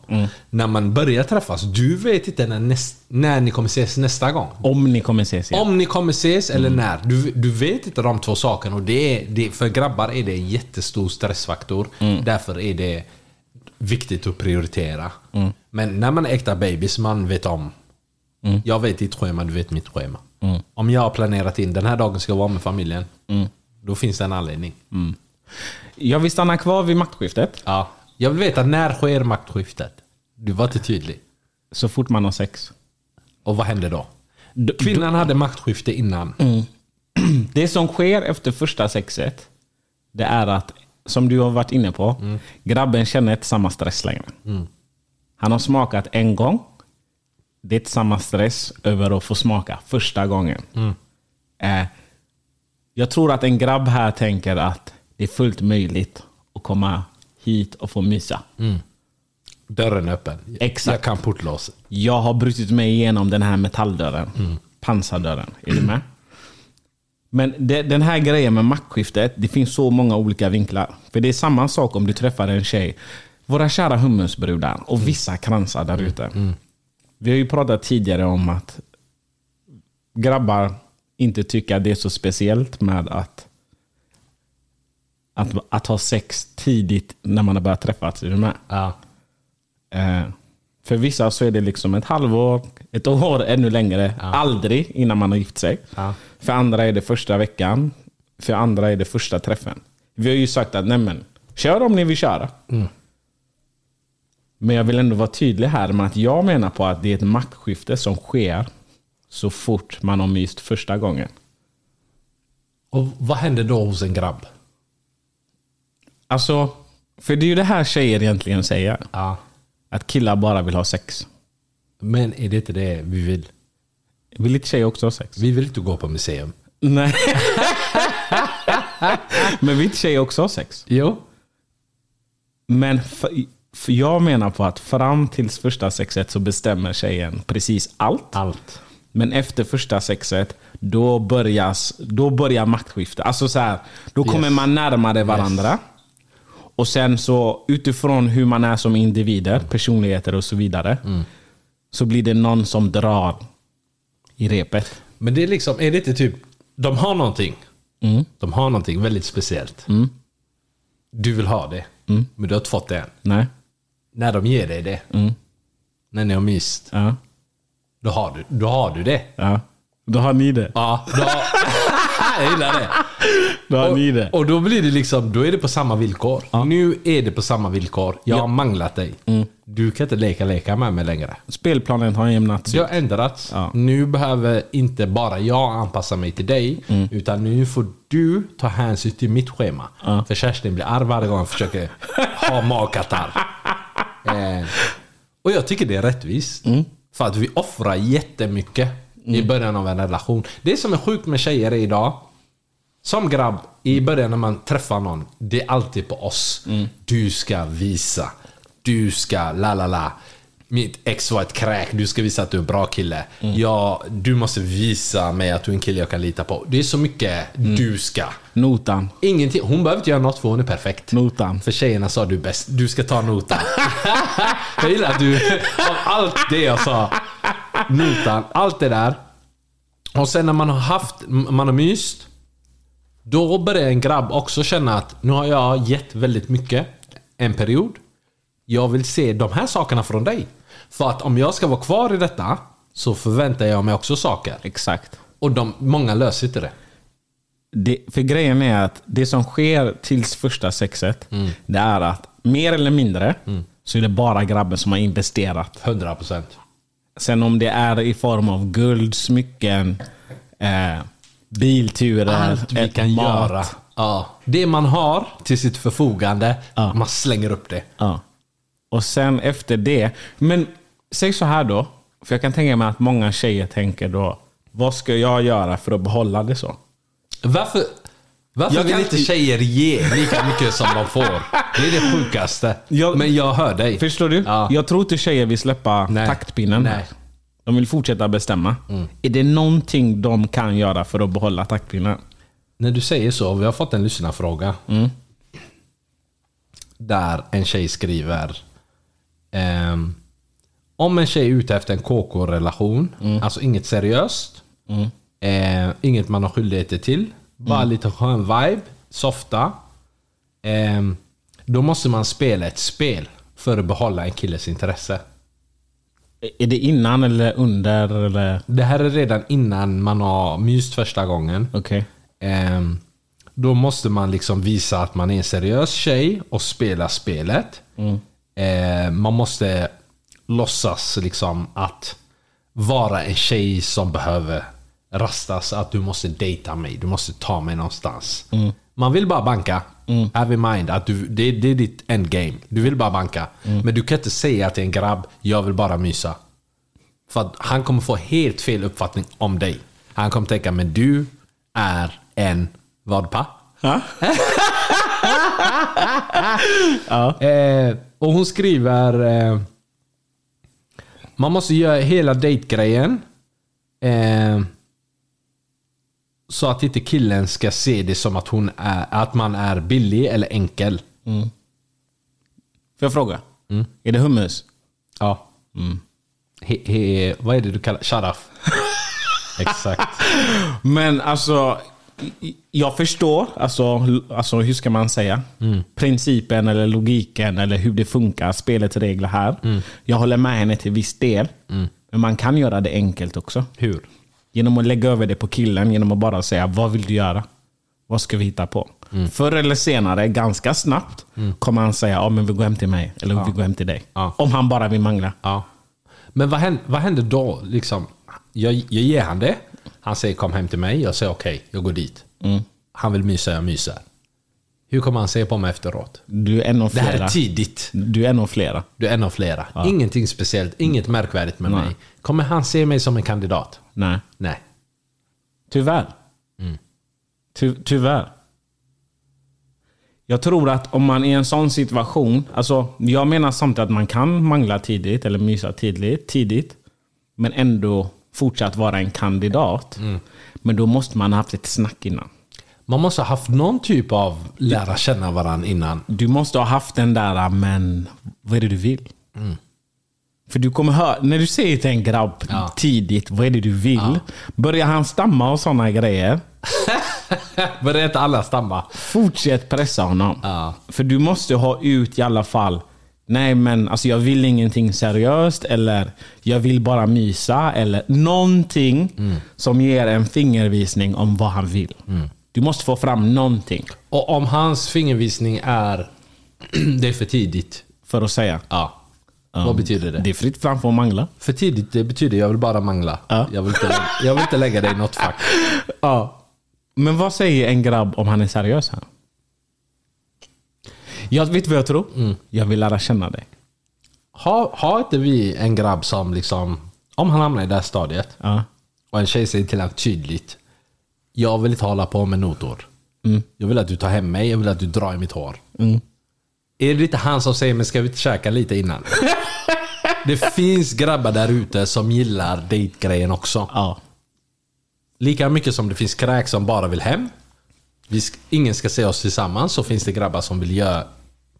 Speaker 3: När man börjar träffas, du vet inte när, näst, när ni kommer ses nästa gång.
Speaker 2: Om ni kommer ses igen?
Speaker 3: Om ni kommer ses eller
Speaker 2: Mm.
Speaker 3: när. Du, du vet inte de två sakerna. Och det är, det, för grabbar är det en jättestor stressfaktor.
Speaker 2: Mm.
Speaker 3: Därför är det viktigt att prioritera.
Speaker 2: Mm.
Speaker 3: Men när man är äkta babys, man vet om.
Speaker 2: Mm.
Speaker 3: Jag vet ditt schema, du vet mitt schema. Om jag har planerat in den här dagen ska jag vara med familjen.
Speaker 2: Mm.
Speaker 3: Då finns det en anledning.
Speaker 2: Jag vill stanna kvar vid maktskiftet.
Speaker 3: Ja. Jag vill veta, när sker maktskiftet? Du var inte tydlig.
Speaker 2: Så fort man har sex.
Speaker 3: Och vad hände då?
Speaker 2: D- Mm.
Speaker 3: Kvinnan hade maktskifte innan.
Speaker 2: Det som sker efter första sexet, det är att, som du har varit inne på, grabben känner inte samma stress längre. Han har smakat en gång. Det är inte samma stress över att få smaka första gången. Eh, jag tror att en grabb här tänker att det är fullt möjligt att komma hit och få mysa.
Speaker 3: Dörren är öppen.
Speaker 2: Exakt.
Speaker 3: Jag kan portlåset.
Speaker 2: Jag har brutit mig igenom den här metalldörren. Pansardörren. Är du med? Men det, den här grejen med maktskiftet, det finns så många olika vinklar. För det är samma sak om du träffar en tjej. Våra kära hummusbrudar och vissa kransar där ute. Vi har ju pratat tidigare om att grabbar inte tycker att det är så speciellt med att, att, att ha sex tidigt när man har börjat träffas. Är du med?
Speaker 3: Ja.
Speaker 2: Eh, för vissa så är det liksom ett halvår, ett år, ännu längre. Aldrig innan man har gift sig.
Speaker 3: Ja.
Speaker 2: För andra är det första veckan. För andra är det första träffen. Vi har ju sagt att nej men, kör om ni vill köra.
Speaker 3: Mm.
Speaker 2: Men jag vill ändå vara tydlig här med att jag menar på att det är ett maktskifte som sker så fort man har myst första gången.
Speaker 3: Och vad händer då hos en grabb?
Speaker 2: Alltså, för det är ju det här tjejer egentligen säger.
Speaker 3: Ja.
Speaker 2: Att killar bara vill ha sex.
Speaker 3: Men är det inte det vi vill?
Speaker 2: Vill inte tjejer också ha sex?
Speaker 3: Vi vill inte gå på museum.
Speaker 2: Nej. Men vill inte tjejer också ha sex?
Speaker 3: Jo.
Speaker 2: Men för, för jag menar på att fram tills första sexet så bestämmer tjejen precis allt.
Speaker 3: Allt.
Speaker 2: Men efter första sexet, då, börjas, då börjar maktskiftet. Alltså så här, då kommer
Speaker 3: Yes.
Speaker 2: man närmare varandra. Och sen så utifrån hur man är som individer, personligheter och så vidare.
Speaker 3: Mm.
Speaker 2: Så blir det någon som drar i repet.
Speaker 3: Men det är liksom, är det inte typ, de har någonting. De har någonting väldigt speciellt. Du vill ha det, men du har inte fått det än.
Speaker 2: Nej?
Speaker 3: När de ger dig det, när ni har myst,
Speaker 2: Ja.
Speaker 3: då har du, då har du det.
Speaker 2: ja. Då har ni det.
Speaker 3: Ja, då, jag gillar det.
Speaker 2: Då har ni det.
Speaker 3: Och, och då blir det liksom, då är det på samma villkor. Nu är det på samma villkor. Jag har manglat dig. Du kan inte leka leka med mig längre.
Speaker 2: Spelplanen har jämnats
Speaker 3: Det
Speaker 2: ut.
Speaker 3: har ändrats.
Speaker 2: Ja.
Speaker 3: Nu behöver inte bara jag anpassa mig till dig, utan nu får du ta hänsyn till mitt schema. För Kerstin blir arg varje gång jag försöker ha magkatarr. eh, och jag tycker det är rättvist. För att vi offrar jättemycket i början av en relation. Det som är sjukt med tjejer är idag, som grabb, i början när man träffar någon, det är alltid på oss. Du ska visa. Du ska la la la. Mitt ex var ett kräk, du ska visa att du är en bra kille. Ja, du måste visa mig att du är en kille jag kan lita på. Det är så mycket du ska.
Speaker 2: Notan.
Speaker 3: Ingenting. Hon behöver inte göra något för hon är perfekt.
Speaker 2: Notan.
Speaker 3: För tjejerna sa du bäst, du ska ta notan. jag gillar att du, av allt det jag sa, notan, allt det där. Och sen när man har haft, man har myst. Då börjar en grabb också känna att nu har jag gett väldigt mycket en period. Jag vill se de här sakerna från dig. För att om jag ska vara kvar i detta så förväntar jag mig också saker.
Speaker 2: Exakt.
Speaker 3: Och de, många löser inte det.
Speaker 2: Det, för grejen är att det som sker tills första sexet,
Speaker 3: Mm.
Speaker 2: det är att mer eller mindre så är det bara grabben som har investerat.
Speaker 3: 100%.
Speaker 2: Sen om det är i form av guld, smycken, eh, bilturer,
Speaker 3: Allt vi
Speaker 2: ett
Speaker 3: kan
Speaker 2: mat.
Speaker 3: göra. Eh, Ja. Det man har till sitt förfogande,
Speaker 2: Ja.
Speaker 3: man slänger upp det.
Speaker 2: Ja. Och sen efter det. Men säg så här då. För jag kan tänka mig att många tjejer tänker då. Vad ska jag göra för att behålla det så?
Speaker 3: Varför, varför
Speaker 2: Jag
Speaker 3: vill
Speaker 2: kan-
Speaker 3: inte tjejer ge lika mycket som de får? Det är det sjukaste.
Speaker 2: Jag-
Speaker 3: Men jag hör dig.
Speaker 2: Förstår du?
Speaker 3: Ja.
Speaker 2: Jag tror inte tjejer vill släppa
Speaker 3: Nej.
Speaker 2: taktpinnen.
Speaker 3: Nej. Mm.
Speaker 2: De vill fortsätta bestämma. Är det någonting de kan göra för att behålla taktpinnen?
Speaker 3: När du säger så, vi har fått en lyssnarfråga. Där en tjej skriver. ehm, om en tjej är ute efter en KK-relation, alltså inget seriöst. eh, inget man har skyldigheter till. Bara lite skön vibe, softa. ehm, då måste man spela ett spel för att behålla en killes intresse.
Speaker 2: Är det innan eller under? Eller?
Speaker 3: Det här är redan innan man har myst första gången.
Speaker 2: Okej.
Speaker 3: Ehm, då måste man liksom visa att man är en seriös tjej och spela spelet. Ehm, man måste låtsas liksom att vara en tjej som behöver rastas. Att du måste dejta mig, du måste ta mig någonstans. Man vill bara banka. Have in mind att du, det, det är ditt endgame. Du vill bara banka. Men du kan inte säga till en grabb, jag vill bara mysa. För att han kommer få helt fel uppfattning om dig. Han kommer tänka, men du är en vadpa? eh, och hon skriver... Eh, man måste göra hela dejtgrejen. Eh, så att inte killen ska se det som att, hon är, att man är billig eller enkel. Mm.
Speaker 2: Får jag fråga? Är det hummus?
Speaker 3: Ja. Mm. He, he, vad är det du kallar Sharaf. Exakt.
Speaker 2: Men alltså, i- jag förstår, alltså, l- alltså hur ska man säga?
Speaker 3: Mm.
Speaker 2: Principen eller logiken eller hur det funkar, spelets regler här.
Speaker 3: Mm.
Speaker 2: Jag håller med henne till viss del. Men man kan göra det enkelt också.
Speaker 3: Hur?
Speaker 2: Genom att lägga över det på killen, genom att bara säga vad vill du göra? Vad ska vi hitta på?
Speaker 3: Mm.
Speaker 2: Förr eller senare, ganska snabbt, kommer han säga ja men vi går hem till mig. Eller vi går hem till dig.
Speaker 3: Ja.
Speaker 2: Om han bara vill mangla.
Speaker 3: Ja. Men vad händer, vad händer då? Liksom, jag, jag ger han det. Han säger kom hem till mig. Jag säger okej, jag går dit. Han vill mysa, jag myser. Hur kommer han se på mig efteråt?
Speaker 2: Du är en av
Speaker 3: Det här
Speaker 2: flera.
Speaker 3: är typ- tidigt.
Speaker 2: Du är en av flera.
Speaker 3: Du är en av flera. Ingenting speciellt, inget märkvärdigt med mig. Kommer han se mig som en kandidat?
Speaker 2: Nej.
Speaker 3: Nej.
Speaker 2: Tyvärr. Ty, tyvärr. Jag tror att om man är i en sån situation. Alltså, jag menar samtidigt att man kan mangla tidigt eller mysa tidigt, tidigt. Men ändå fortsatt vara en kandidat. Men då måste man ha haft ett snack innan.
Speaker 3: Man måste ha haft någon typ av lära känna varandra innan.
Speaker 2: Du måste ha haft den där, "Ah, men vad är det du vill? För du kommer höra, när du säger till en grabb
Speaker 3: Ja.
Speaker 2: tidigt, vad är det du vill? Börjar han stamma och sådana grejer.
Speaker 3: Börjar inte alla stamma?
Speaker 2: Fortsätt pressa honom.
Speaker 3: Ja.
Speaker 2: För du måste ha ut i alla fall. Nej men alltså jag vill ingenting seriöst eller jag vill bara mysa eller någonting
Speaker 3: Mm.
Speaker 2: som ger en fingervisning om vad han vill. Du måste få fram någonting
Speaker 3: Och om hans fingervisning är det är för tidigt.
Speaker 2: för att säga. Um,
Speaker 3: Ja. Vad betyder det?
Speaker 2: Det är fritt fram för att mangla.
Speaker 3: För tidigt, det betyder jag vill bara mangla. Jag, vill inte, lä- jag vill inte lägga dig i något fack.
Speaker 2: Men vad säger en grabb om han är seriös här? Jag vet vad jag tror?
Speaker 3: Mm.
Speaker 2: Jag vill lära känna dig.
Speaker 3: Har, har inte vi en grabb som liksom, om han hamnar i det här stadiet
Speaker 2: Ja.
Speaker 3: och en tjej säger till honom tydligt. Jag vill inte hålla på med notor. Jag vill att du tar hem mig, jag vill att du drar i mitt hår. Är det inte han som säger, men ska vi inte käka lite innan? det finns grabbar där ute som gillar date-grejen också.
Speaker 2: Ja.
Speaker 3: Lika mycket som det finns kräk som bara vill hem. Vi sk- ingen ska se oss tillsammans. Så finns det grabbar som vill göra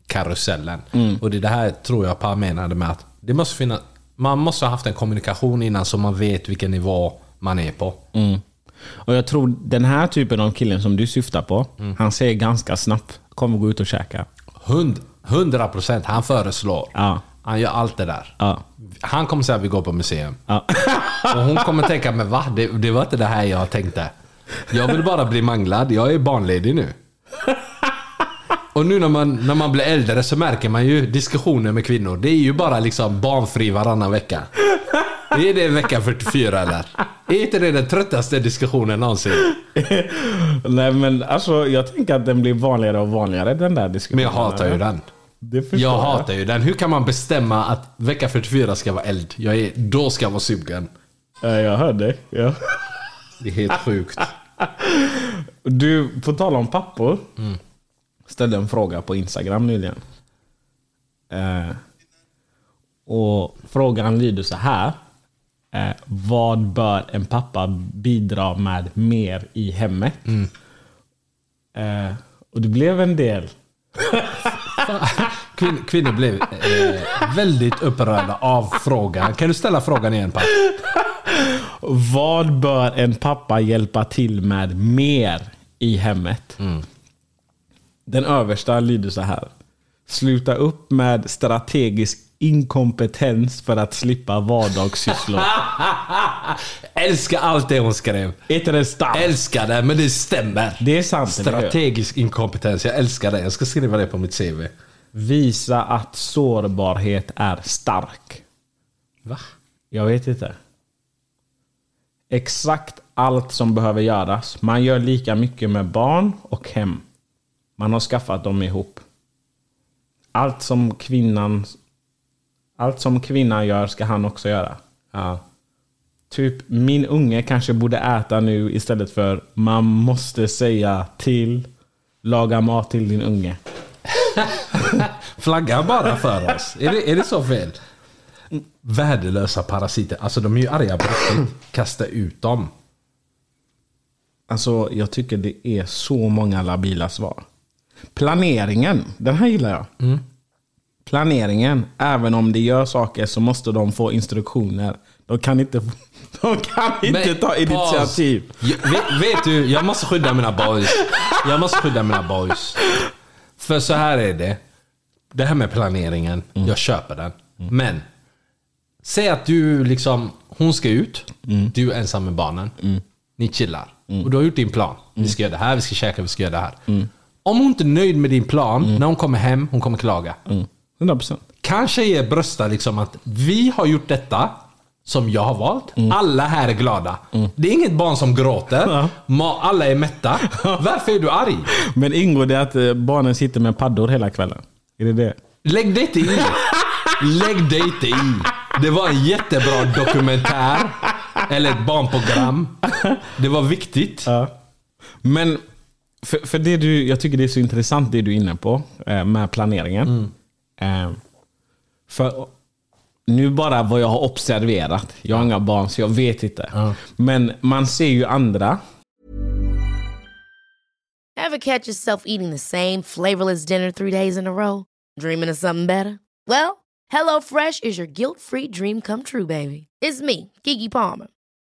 Speaker 3: karusellen.
Speaker 2: Mm.
Speaker 3: Och det är det här tror jag Pa menade med att det måste finnas, man måste ha haft en kommunikation innan så man vet vilken nivå man är på.
Speaker 2: Mm. Och jag tror den här typen av killen som du syftar på,
Speaker 3: Mm.
Speaker 2: han säger ganska snabbt Kom vi gå ut och käka.
Speaker 3: Hund, 100 procent. Han föreslår.
Speaker 2: Ja.
Speaker 3: Han gör allt det där.
Speaker 2: Ja.
Speaker 3: Han kommer säga vi går på museum.
Speaker 2: Ja.
Speaker 3: Och hon kommer tänka, men va? Det, det var inte det här jag tänkte. Jag vill bara bli manglad. Jag är barnledig nu. Och nu när man, när man blir äldre så märker man ju diskussioner med kvinnor. Det är ju bara liksom barnfri varannan vecka. Är det vecka 44 eller? Är inte det den tröttaste diskussionen någonsin?
Speaker 2: Nej men alltså jag tänker att den blir vanligare och vanligare den där diskussionen.
Speaker 3: Men jag hatar ju den.
Speaker 2: Det förstår
Speaker 3: Jag hatar ju den. Hur kan man bestämma att vecka 44 ska vara eld? Jag är, då ska jag vara sugen.
Speaker 2: Ja, Jag hör dig. Ja.
Speaker 3: Det är helt sjukt.
Speaker 2: Du, på tal om pappor. Ställde en fråga på Instagram nyligen. Eh, och frågan lyder så här. Eh, vad bör en pappa bidra med mer i hemmet? Eh, och det blev en del.
Speaker 3: Kvin, kvinnor blev eh, väldigt upprörda av frågan. Kan du ställa frågan igen pappa?
Speaker 2: Vad bör en pappa hjälpa till med mer i hemmet? Den översta lyder så här. Sluta upp med strategisk inkompetens för att slippa vardagssysslor.
Speaker 3: Älskar allt det hon skrev.
Speaker 2: Är inte det starkt?
Speaker 3: Älskar det, men det stämmer.
Speaker 2: Det är sant. eller hur?
Speaker 3: Strategisk inkompetens. Jag älskar det. Jag ska skriva det på mitt CV.
Speaker 2: Visa att sårbarhet är stark.
Speaker 3: Va?
Speaker 2: Jag vet inte. Exakt allt som behöver göras. Man gör lika mycket med barn och hem. Man har skaffat dem ihop. Allt som kvinnan, allt som kvinnan gör ska han också göra.
Speaker 3: Ja.
Speaker 2: Typ, min unge kanske borde äta nu istället för man måste säga till laga mat till din unge.
Speaker 3: Flagga bara för oss. Är det, är det så fel? Värdelösa parasiter. Alltså de är ju arga på riktigt. Kasta ut dem.
Speaker 2: Alltså, jag tycker det är så många labila svar. Planeringen, den här gillar jag. planeringen. Även om de gör saker så måste de få instruktioner. De kan inte, de kan inte
Speaker 3: Men,
Speaker 2: ta
Speaker 3: paus.
Speaker 2: initiativ.
Speaker 3: Jag- Vet, vet du, jag måste skydda mina boys. Jag måste skydda mina boys. För så här är det. Det här med planeringen, jag köper den. Men, säg att du liksom, hon ska ut, du är ensam med barnen. Ni chillar. Och du har gjort din plan. Vi ska göra det här, vi ska käka, vi ska göra det här. Om hon inte är nöjd med din plan, när hon kommer hem, hon kommer klaga.
Speaker 2: 100%.
Speaker 3: Kan tjejer brösta liksom att vi har gjort detta som jag har valt. Alla här är glada. Det är inget barn som gråter.
Speaker 2: Mm. Ja.
Speaker 3: Ma- Alla är mätta. Varför är du arg?
Speaker 2: Men ingår det att eh, barnen sitter med paddor hela kvällen? Är det det?
Speaker 3: Lägg dig inte i. Lägg dig inte i. Det var en jättebra dokumentär. Eller ett barnprogram. Det var viktigt.
Speaker 2: Ja. Men för, för det du, jag tycker det är så intressant det du är inne på eh, med planeringen. Eh, för nu bara vad jag har observerat. Jag har inga barn så jag vet inte. Men man ser ju andra.
Speaker 6: Ever catch yourself eating the same flavorless dinner three days in a row? Dreaming of something better? Well, HelloFresh is your guilt free dream come true, baby. It's me, Gigi Palmer.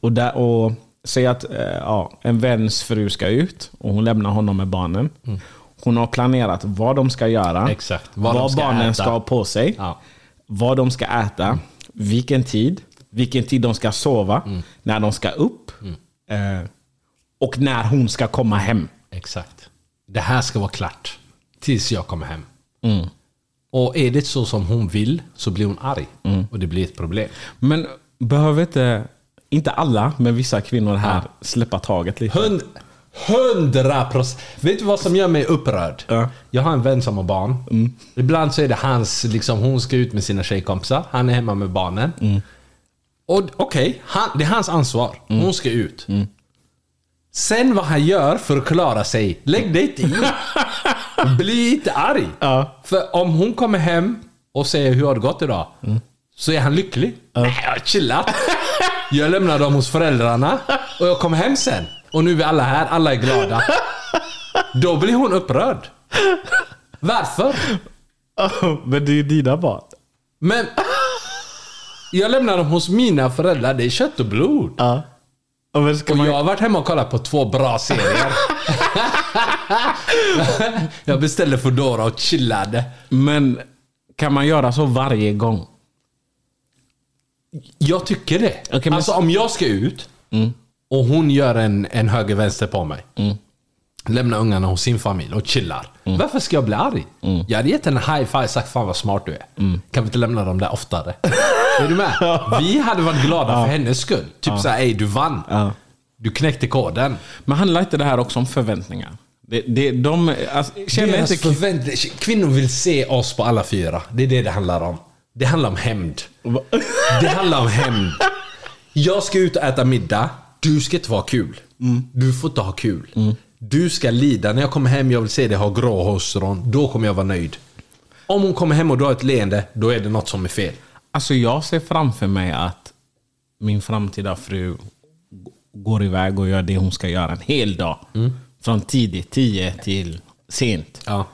Speaker 2: Och, där, och säger att eh, ja, en väns fru ska ut och hon lämnar honom med barnen. Hon har planerat vad de ska göra.
Speaker 3: Mm. Exakt.
Speaker 2: Vad,
Speaker 3: Vad de ska
Speaker 2: barnen
Speaker 3: äta.
Speaker 2: ska ha på sig.
Speaker 3: Ja.
Speaker 2: Vad de ska äta. Vilken tid. Vilken tid de ska sova.
Speaker 3: Mm.
Speaker 2: När de ska upp. Eh, och när hon ska komma hem.
Speaker 3: Exakt. Det här ska vara klart. Tills jag kommer hem.
Speaker 2: Mm.
Speaker 3: Och är det så som hon vill så blir hon arg.
Speaker 2: Mm.
Speaker 3: Och det blir ett problem.
Speaker 2: Men behöver inte, inte alla, men vissa kvinnor här släppa taget lite.
Speaker 3: Hund, hundra procent. Vet du vad som gör mig upprörd?
Speaker 2: Ja.
Speaker 3: Jag har en vän som har barn. Ibland så är det hans, liksom, hon ska ut med sina tjejkompisar. Han är hemma med barnen. Och Okej, han- det är hans ansvar. Hon ska ut. Sen vad han gör för att klara sig. Lägg dig inte i. Bli inte arg. För om hon kommer hem och säger hur har det gått idag? Så är han lycklig. Nej, jag har chillat. Jag lämnar dem hos föräldrarna och jag kom hem sen. Och nu är vi alla här, alla är glada. Då blir hon upprörd. Varför?
Speaker 2: men det är ju dina barn.
Speaker 3: Men... Jag lämnar dem hos mina föräldrar, det är kött och blod.
Speaker 2: Och men ska
Speaker 3: Och
Speaker 2: man-
Speaker 3: jag har varit hemma och kollat på två bra serier. jag beställde Foodora och chillade.
Speaker 2: Men kan man göra så varje gång?
Speaker 3: Jag tycker det.
Speaker 2: Okej, men- Mm.
Speaker 3: Alltså om jag ska ut och hon gör en, en höger-vänster på mig. Lämnar ungarna hos sin familj och chillar.
Speaker 2: Mm.
Speaker 3: Varför ska jag bli arg? Jag hade gett henne en high-five och sagt fan vad smart du är.
Speaker 2: Mm.
Speaker 3: Kan vi inte lämna dem där oftare? är du med? Vi hade varit glada för hennes skull. Typ såhär, ey du vann. Du knäckte koden.
Speaker 2: Men handlar inte det här också om förväntningar? Det, det, de, alltså, känner
Speaker 3: Deras
Speaker 2: inte
Speaker 3: förvänt- Kvinnor vill se oss på alla fyra. Det är det det handlar om. Det handlar om hämnd. Det handlar om hämnd. Jag ska ut och äta middag. Du ska inte vara kul.
Speaker 2: Mm.
Speaker 3: Du får inte ha kul. Du ska lida. När jag kommer hem jag vill se dig ha grå hårstrån. Då kommer jag vara nöjd. Om hon kommer hem och du har ett leende, då är det något som är fel.
Speaker 2: Alltså jag ser framför mig att min framtida fru g- går iväg och gör det hon ska göra en hel dag.
Speaker 3: Mm.
Speaker 2: Från tidigt, 10 till sent.
Speaker 3: Ja.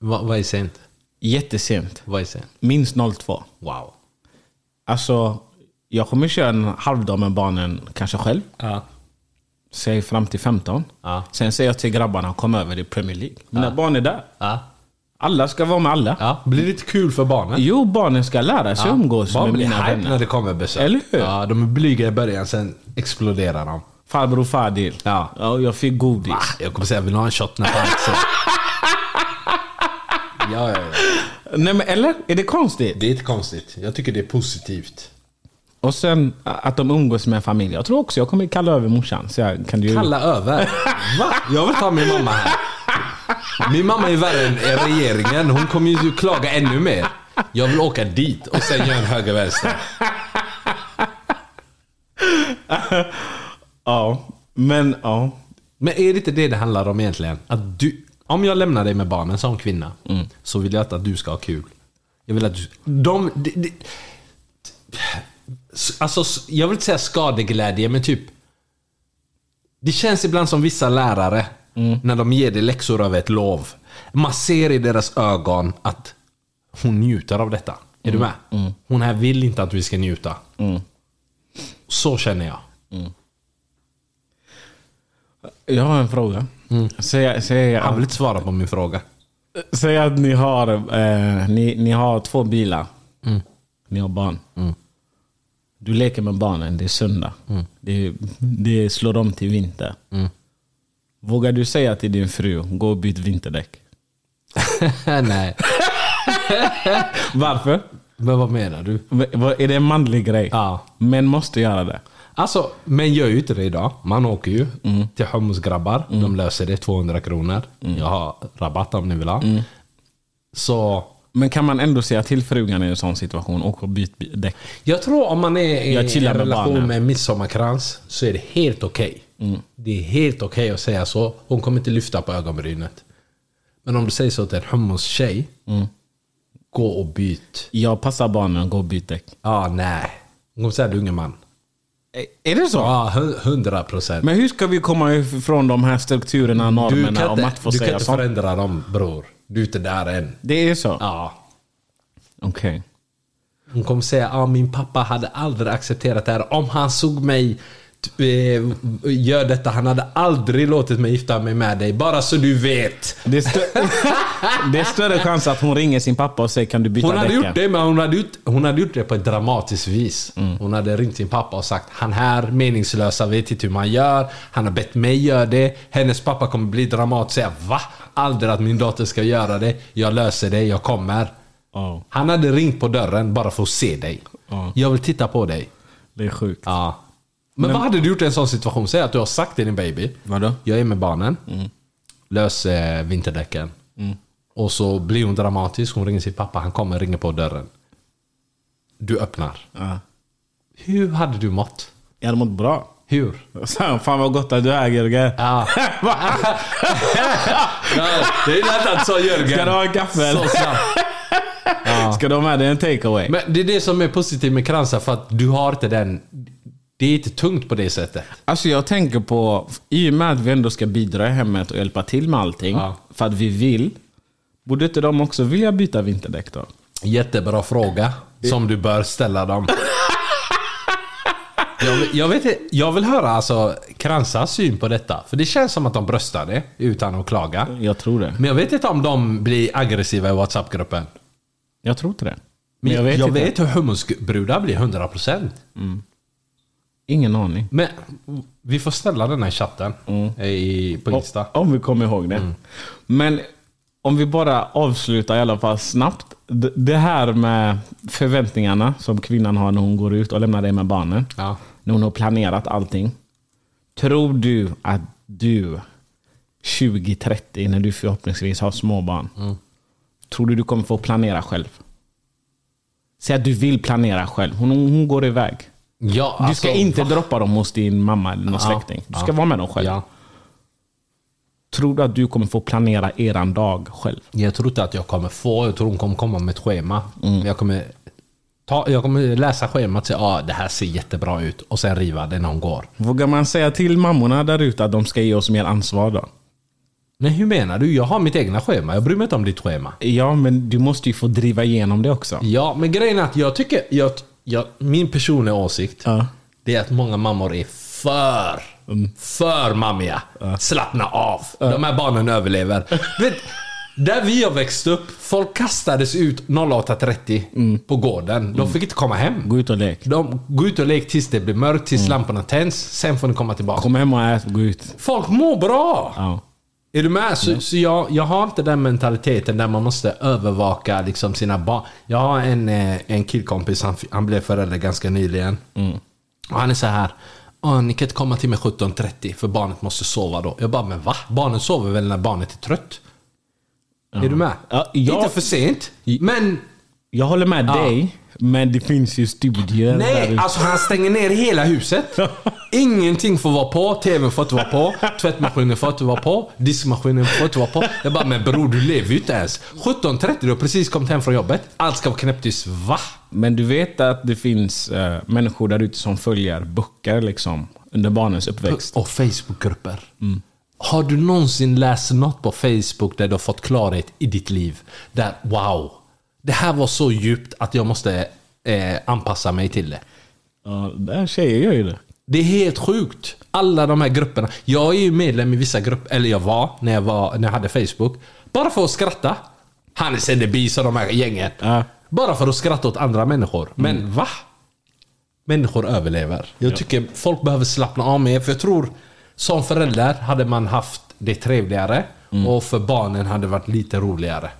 Speaker 3: Va, vad är sent?
Speaker 2: Jättesent.
Speaker 3: Vad är sent?
Speaker 2: Minst 02.
Speaker 3: Wow.
Speaker 2: Alltså, jag kommer köra en halv dag med barnen, kanske själv.
Speaker 3: Ja.
Speaker 2: Säg fram till 15.
Speaker 3: Ja.
Speaker 2: Sen säger jag till grabbarna, kom över, det är Premier League. Mina barn är där.
Speaker 3: Ja.
Speaker 2: Alla ska vara med alla.
Speaker 3: ja. Blir det inte kul för barnen?
Speaker 2: Jo, barnen ska lära sig umgås
Speaker 3: Barn
Speaker 2: med
Speaker 3: blir
Speaker 2: mina
Speaker 3: hype
Speaker 2: vänner.
Speaker 3: när det kommer besök.
Speaker 2: Eller hur?
Speaker 3: Ja, de är blyga i början, sen exploderar de.
Speaker 2: Farbror Fadil.
Speaker 3: Ja.
Speaker 2: ja jag fick godis.
Speaker 3: Ah, jag kommer säga, vill du ha en shot när fan så. Ja, ja, ja.
Speaker 2: Nej men eller? Är det konstigt?
Speaker 3: Det är inte konstigt. Jag tycker det är positivt.
Speaker 2: Och sen a- att de umgås med familj. Jag tror också jag kommer kalla över morsan. Så jag, kan du...
Speaker 3: Kalla över. Va? Jag vill ta min mamma här. Min mamma är värre än regeringen. Hon kommer ju klaga ännu mer. Jag vill åka dit och sen göra en höger vänster.
Speaker 2: Ja. Men ja.
Speaker 3: Men är det inte det det handlar om egentligen? Att du, om jag lämnar dig med barnen som kvinna, så vill jag inte att du ska ha kul. Jag vill att du... De, de, de, alltså, s- jag vill inte säga skadeglädje, men typ... Det känns ibland som vissa lärare, när de ger dig läxor över ett lov. Man ser i deras ögon att hon njuter av detta. Är du med? Hon här vill inte att vi ska njuta. Så känner jag.
Speaker 2: Jag har en fråga.
Speaker 3: Mm.
Speaker 2: Säg, säg,
Speaker 3: Han vill inte svara på min fråga.
Speaker 2: säg att ni har, eh, ni, ni har två bilar.
Speaker 3: Mm.
Speaker 2: Ni har barn. Du leker med barnen. Det är söndag.
Speaker 3: Mm.
Speaker 2: Det, det slår om till vinter. Vågar du säga till din fru, gå och byt vinterdäck?
Speaker 3: Nej.
Speaker 2: Varför?
Speaker 3: Men vad menar du?
Speaker 2: V- vad- Är det en manlig grej?
Speaker 3: Ja.
Speaker 2: Män måste göra det.
Speaker 3: Alltså, men gör ju inte det idag. Man åker ju
Speaker 2: Mm.
Speaker 3: till hummusgrabbar. De löser det, 200 kronor. Jag har rabatt om ni vill ha.
Speaker 2: Mm.
Speaker 3: Så
Speaker 2: Men kan man ändå säga till frugan i en sån situation, åk och byt bi- däck.
Speaker 3: jag tror om man är i
Speaker 2: Jag chillar
Speaker 3: en
Speaker 2: med
Speaker 3: relation
Speaker 2: barnen. Mm.
Speaker 3: med en midsommarkrans så är det helt okej. Det är helt okej att säga så. Hon kommer inte lyfta på ögonbrynet. Men om du säger så till en hummus-tjej,
Speaker 2: Mm.
Speaker 3: gå och byt.
Speaker 2: Jag passar barnen, gå och byt däck.
Speaker 3: Ja, ah, nej. Hon kommer säga du är ingen man.
Speaker 2: Är det så?
Speaker 3: Ja, ah, hundra procent.
Speaker 2: Men hur ska vi komma ifrån de här strukturerna,
Speaker 3: Du
Speaker 2: normerna
Speaker 3: kan
Speaker 2: om
Speaker 3: inte,
Speaker 2: att få
Speaker 3: du kan
Speaker 2: säga
Speaker 3: inte
Speaker 2: sånt?
Speaker 3: förändra dem bror. Du är inte där än.
Speaker 2: Det är så?
Speaker 3: Ja.
Speaker 2: Okej.
Speaker 3: Hon kommer säga att ah, min pappa hade aldrig accepterat det här. Om han såg mig t- eh, gör detta, han hade aldrig låtit mig gifta mig med dig. Bara så du vet.
Speaker 2: Det, är stö- det är större chans att hon ringer sin pappa och säger kan du byta
Speaker 3: Hon hade
Speaker 2: däcken?
Speaker 3: gjort det, men hon hade, gjort, hon hade gjort det på ett dramatiskt vis.
Speaker 2: Mm.
Speaker 3: Hon hade ringt sin pappa och sagt han här, meningslösa, vet inte hur man gör. Han har bett mig göra det. Hennes pappa kommer bli dramatisk och säga va? Aldrig att min dotter ska göra det. Jag löser det, jag kommer.
Speaker 2: Ja,
Speaker 3: Han hade ringt på dörren bara för att se dig.
Speaker 2: Ja.
Speaker 3: Jag vill titta på dig.
Speaker 2: det är sjukt.
Speaker 3: Ja. Men, vad hade du gjort i en sån situation? Säg att du har sagt till din baby.
Speaker 2: Vadå?
Speaker 3: Jag är med barnen. Lös eh, vinterdäcken. Och så blir hon dramatisk. Hon ringer sin pappa. Han kommer ringer på dörren. Du öppnar.
Speaker 2: Ja.
Speaker 3: Hur hade du mått?
Speaker 2: Jag hade mått bra.
Speaker 3: Hur?
Speaker 2: Fan fan vad gott att du är Jörgen.
Speaker 3: Ja. det är lätt att så Jörgen.
Speaker 2: Ska du ha en kaffe?
Speaker 3: Så
Speaker 2: eller?
Speaker 3: snabbt.
Speaker 2: Ska de ha det en takeaway?
Speaker 3: Men det är det som är positivt med kransar för att du har inte den... Det är inte tungt på det sättet.
Speaker 2: Alltså jag tänker på, i och med att vi ändå ska bidra i hemmet och hjälpa till med allting,
Speaker 3: Ja.
Speaker 2: för att vi vill. Borde inte de också vilja byta vinterdäck då?
Speaker 3: Jättebra fråga som du bör ställa dem. Jag, vill- jag, vet, inte- jag vill höra alltså Kransas syn på detta. För det känns som att de bröstar det utan att klaga.
Speaker 2: Jag tror det.
Speaker 3: Men jag vet inte om de blir aggressiva i WhatsApp-gruppen.
Speaker 2: Jag tror inte det. Men
Speaker 3: Men
Speaker 2: jag vet inte.
Speaker 3: hur hummusbrudar blir 100%.
Speaker 2: Ingen aning.
Speaker 3: Men vi får ställa den här chatten
Speaker 2: Mm.
Speaker 3: i, på Insta.
Speaker 2: Om vi kommer ihåg det.
Speaker 3: Mm.
Speaker 2: Men om vi bara avslutar i alla fall snabbt. D- Det här med förväntningarna som kvinnan har när hon går ut och lämnar dig med barnen.
Speaker 3: Ja.
Speaker 2: När hon har planerat allting. Tror du att du 2030, när du förhoppningsvis har småbarn.
Speaker 3: Mm.
Speaker 2: Tror du du kommer få planera själv? Säg att du vill planera själv. Hon, hon går iväg.
Speaker 3: Ja, alltså,
Speaker 2: Du ska inte droppa dem hos din mamma eller någon släkting. Du ska vara med dem själv.
Speaker 3: Ja.
Speaker 2: Tror du att du kommer få planera eran dag själv?
Speaker 3: Jag tror inte att jag kommer få, jag tror hon kommer komma med ett schema. Jag, kommer ta, jag kommer läsa schemat och säga ah, det här ser jättebra ut och sen riva det när hon går.
Speaker 2: Vågar man säga till mammorna där ute att de ska ge oss mer ansvar då?
Speaker 3: Men hur menar du? Jag har mitt egna schema, jag bryr mig inte om ditt schema.
Speaker 2: Ja, men du måste ju få driva igenom det också.
Speaker 3: Ja, men grejen är att jag tycker, jag, jag, min personliga åsikt,
Speaker 2: Ja.
Speaker 3: det är att många mammor är för, för mammiga. Slappna av. De här barnen överlever. Vet, Där vi har växt upp, folk kastades ut 08.30 på gården. De fick inte komma hem.
Speaker 2: Gå ut och lek.
Speaker 3: De går ut och lek tills det blir mörkt, tills lamporna tänds. Sen får ni komma tillbaka.
Speaker 2: Mm. Kom hem och ät och gå ut.
Speaker 3: Folk mår bra!
Speaker 2: Ja. Mm.
Speaker 3: Är du med? Så, så jag, jag har inte den mentaliteten där man måste övervaka liksom, sina barn. Jag har en, eh, en killkompis, han, f- han blev förälder ganska nyligen.
Speaker 2: Mm.
Speaker 3: Och han är så här. "Åh, Ni kan inte komma till mig 17.30 för barnet måste sova då. Jag bara, men va? Barnet sover väl när barnet är trött? Är du med?
Speaker 2: Ja, jag-
Speaker 3: Inte för sent, men...
Speaker 2: Jag håller med
Speaker 3: Ja.
Speaker 2: dig, men det finns ju studier
Speaker 3: Nej,
Speaker 2: där
Speaker 3: alltså han stänger ner hela huset. Ingenting får vara på, tvn får inte vara på, tvättmaskinen får inte vara på, diskmaskinen får inte vara på. Jag bara, men bror du lever ju inte ens. 17.30, du har precis kommit hem från jobbet. Allt ska vara knäpptyst. Va?
Speaker 2: Men du vet att det finns eh, människor där ute som följer böcker liksom, under barnens uppväxt.
Speaker 3: Och Facebookgrupper. Har du någonsin läst något på Facebook där du har fått klarhet i ditt liv? Där, wow. Det här var så djupt att jag måste eh, anpassa mig till det.
Speaker 2: Ja, där tjejer gör ju det.
Speaker 3: Det är helt sjukt. Alla de här grupperna. Jag är ju medlem i vissa grupper, eller jag var när jag, var, när jag hade Facebook. Bara för att skratta. Hannes and the Bees och de här gängen.
Speaker 2: Ja.
Speaker 3: Bara för att skratta åt andra människor. Men va? Människor överlever. Jag tycker folk behöver slappna av mer. För jag tror, som förälder hade man haft det trevligare. Och för barnen hade det varit lite roligare.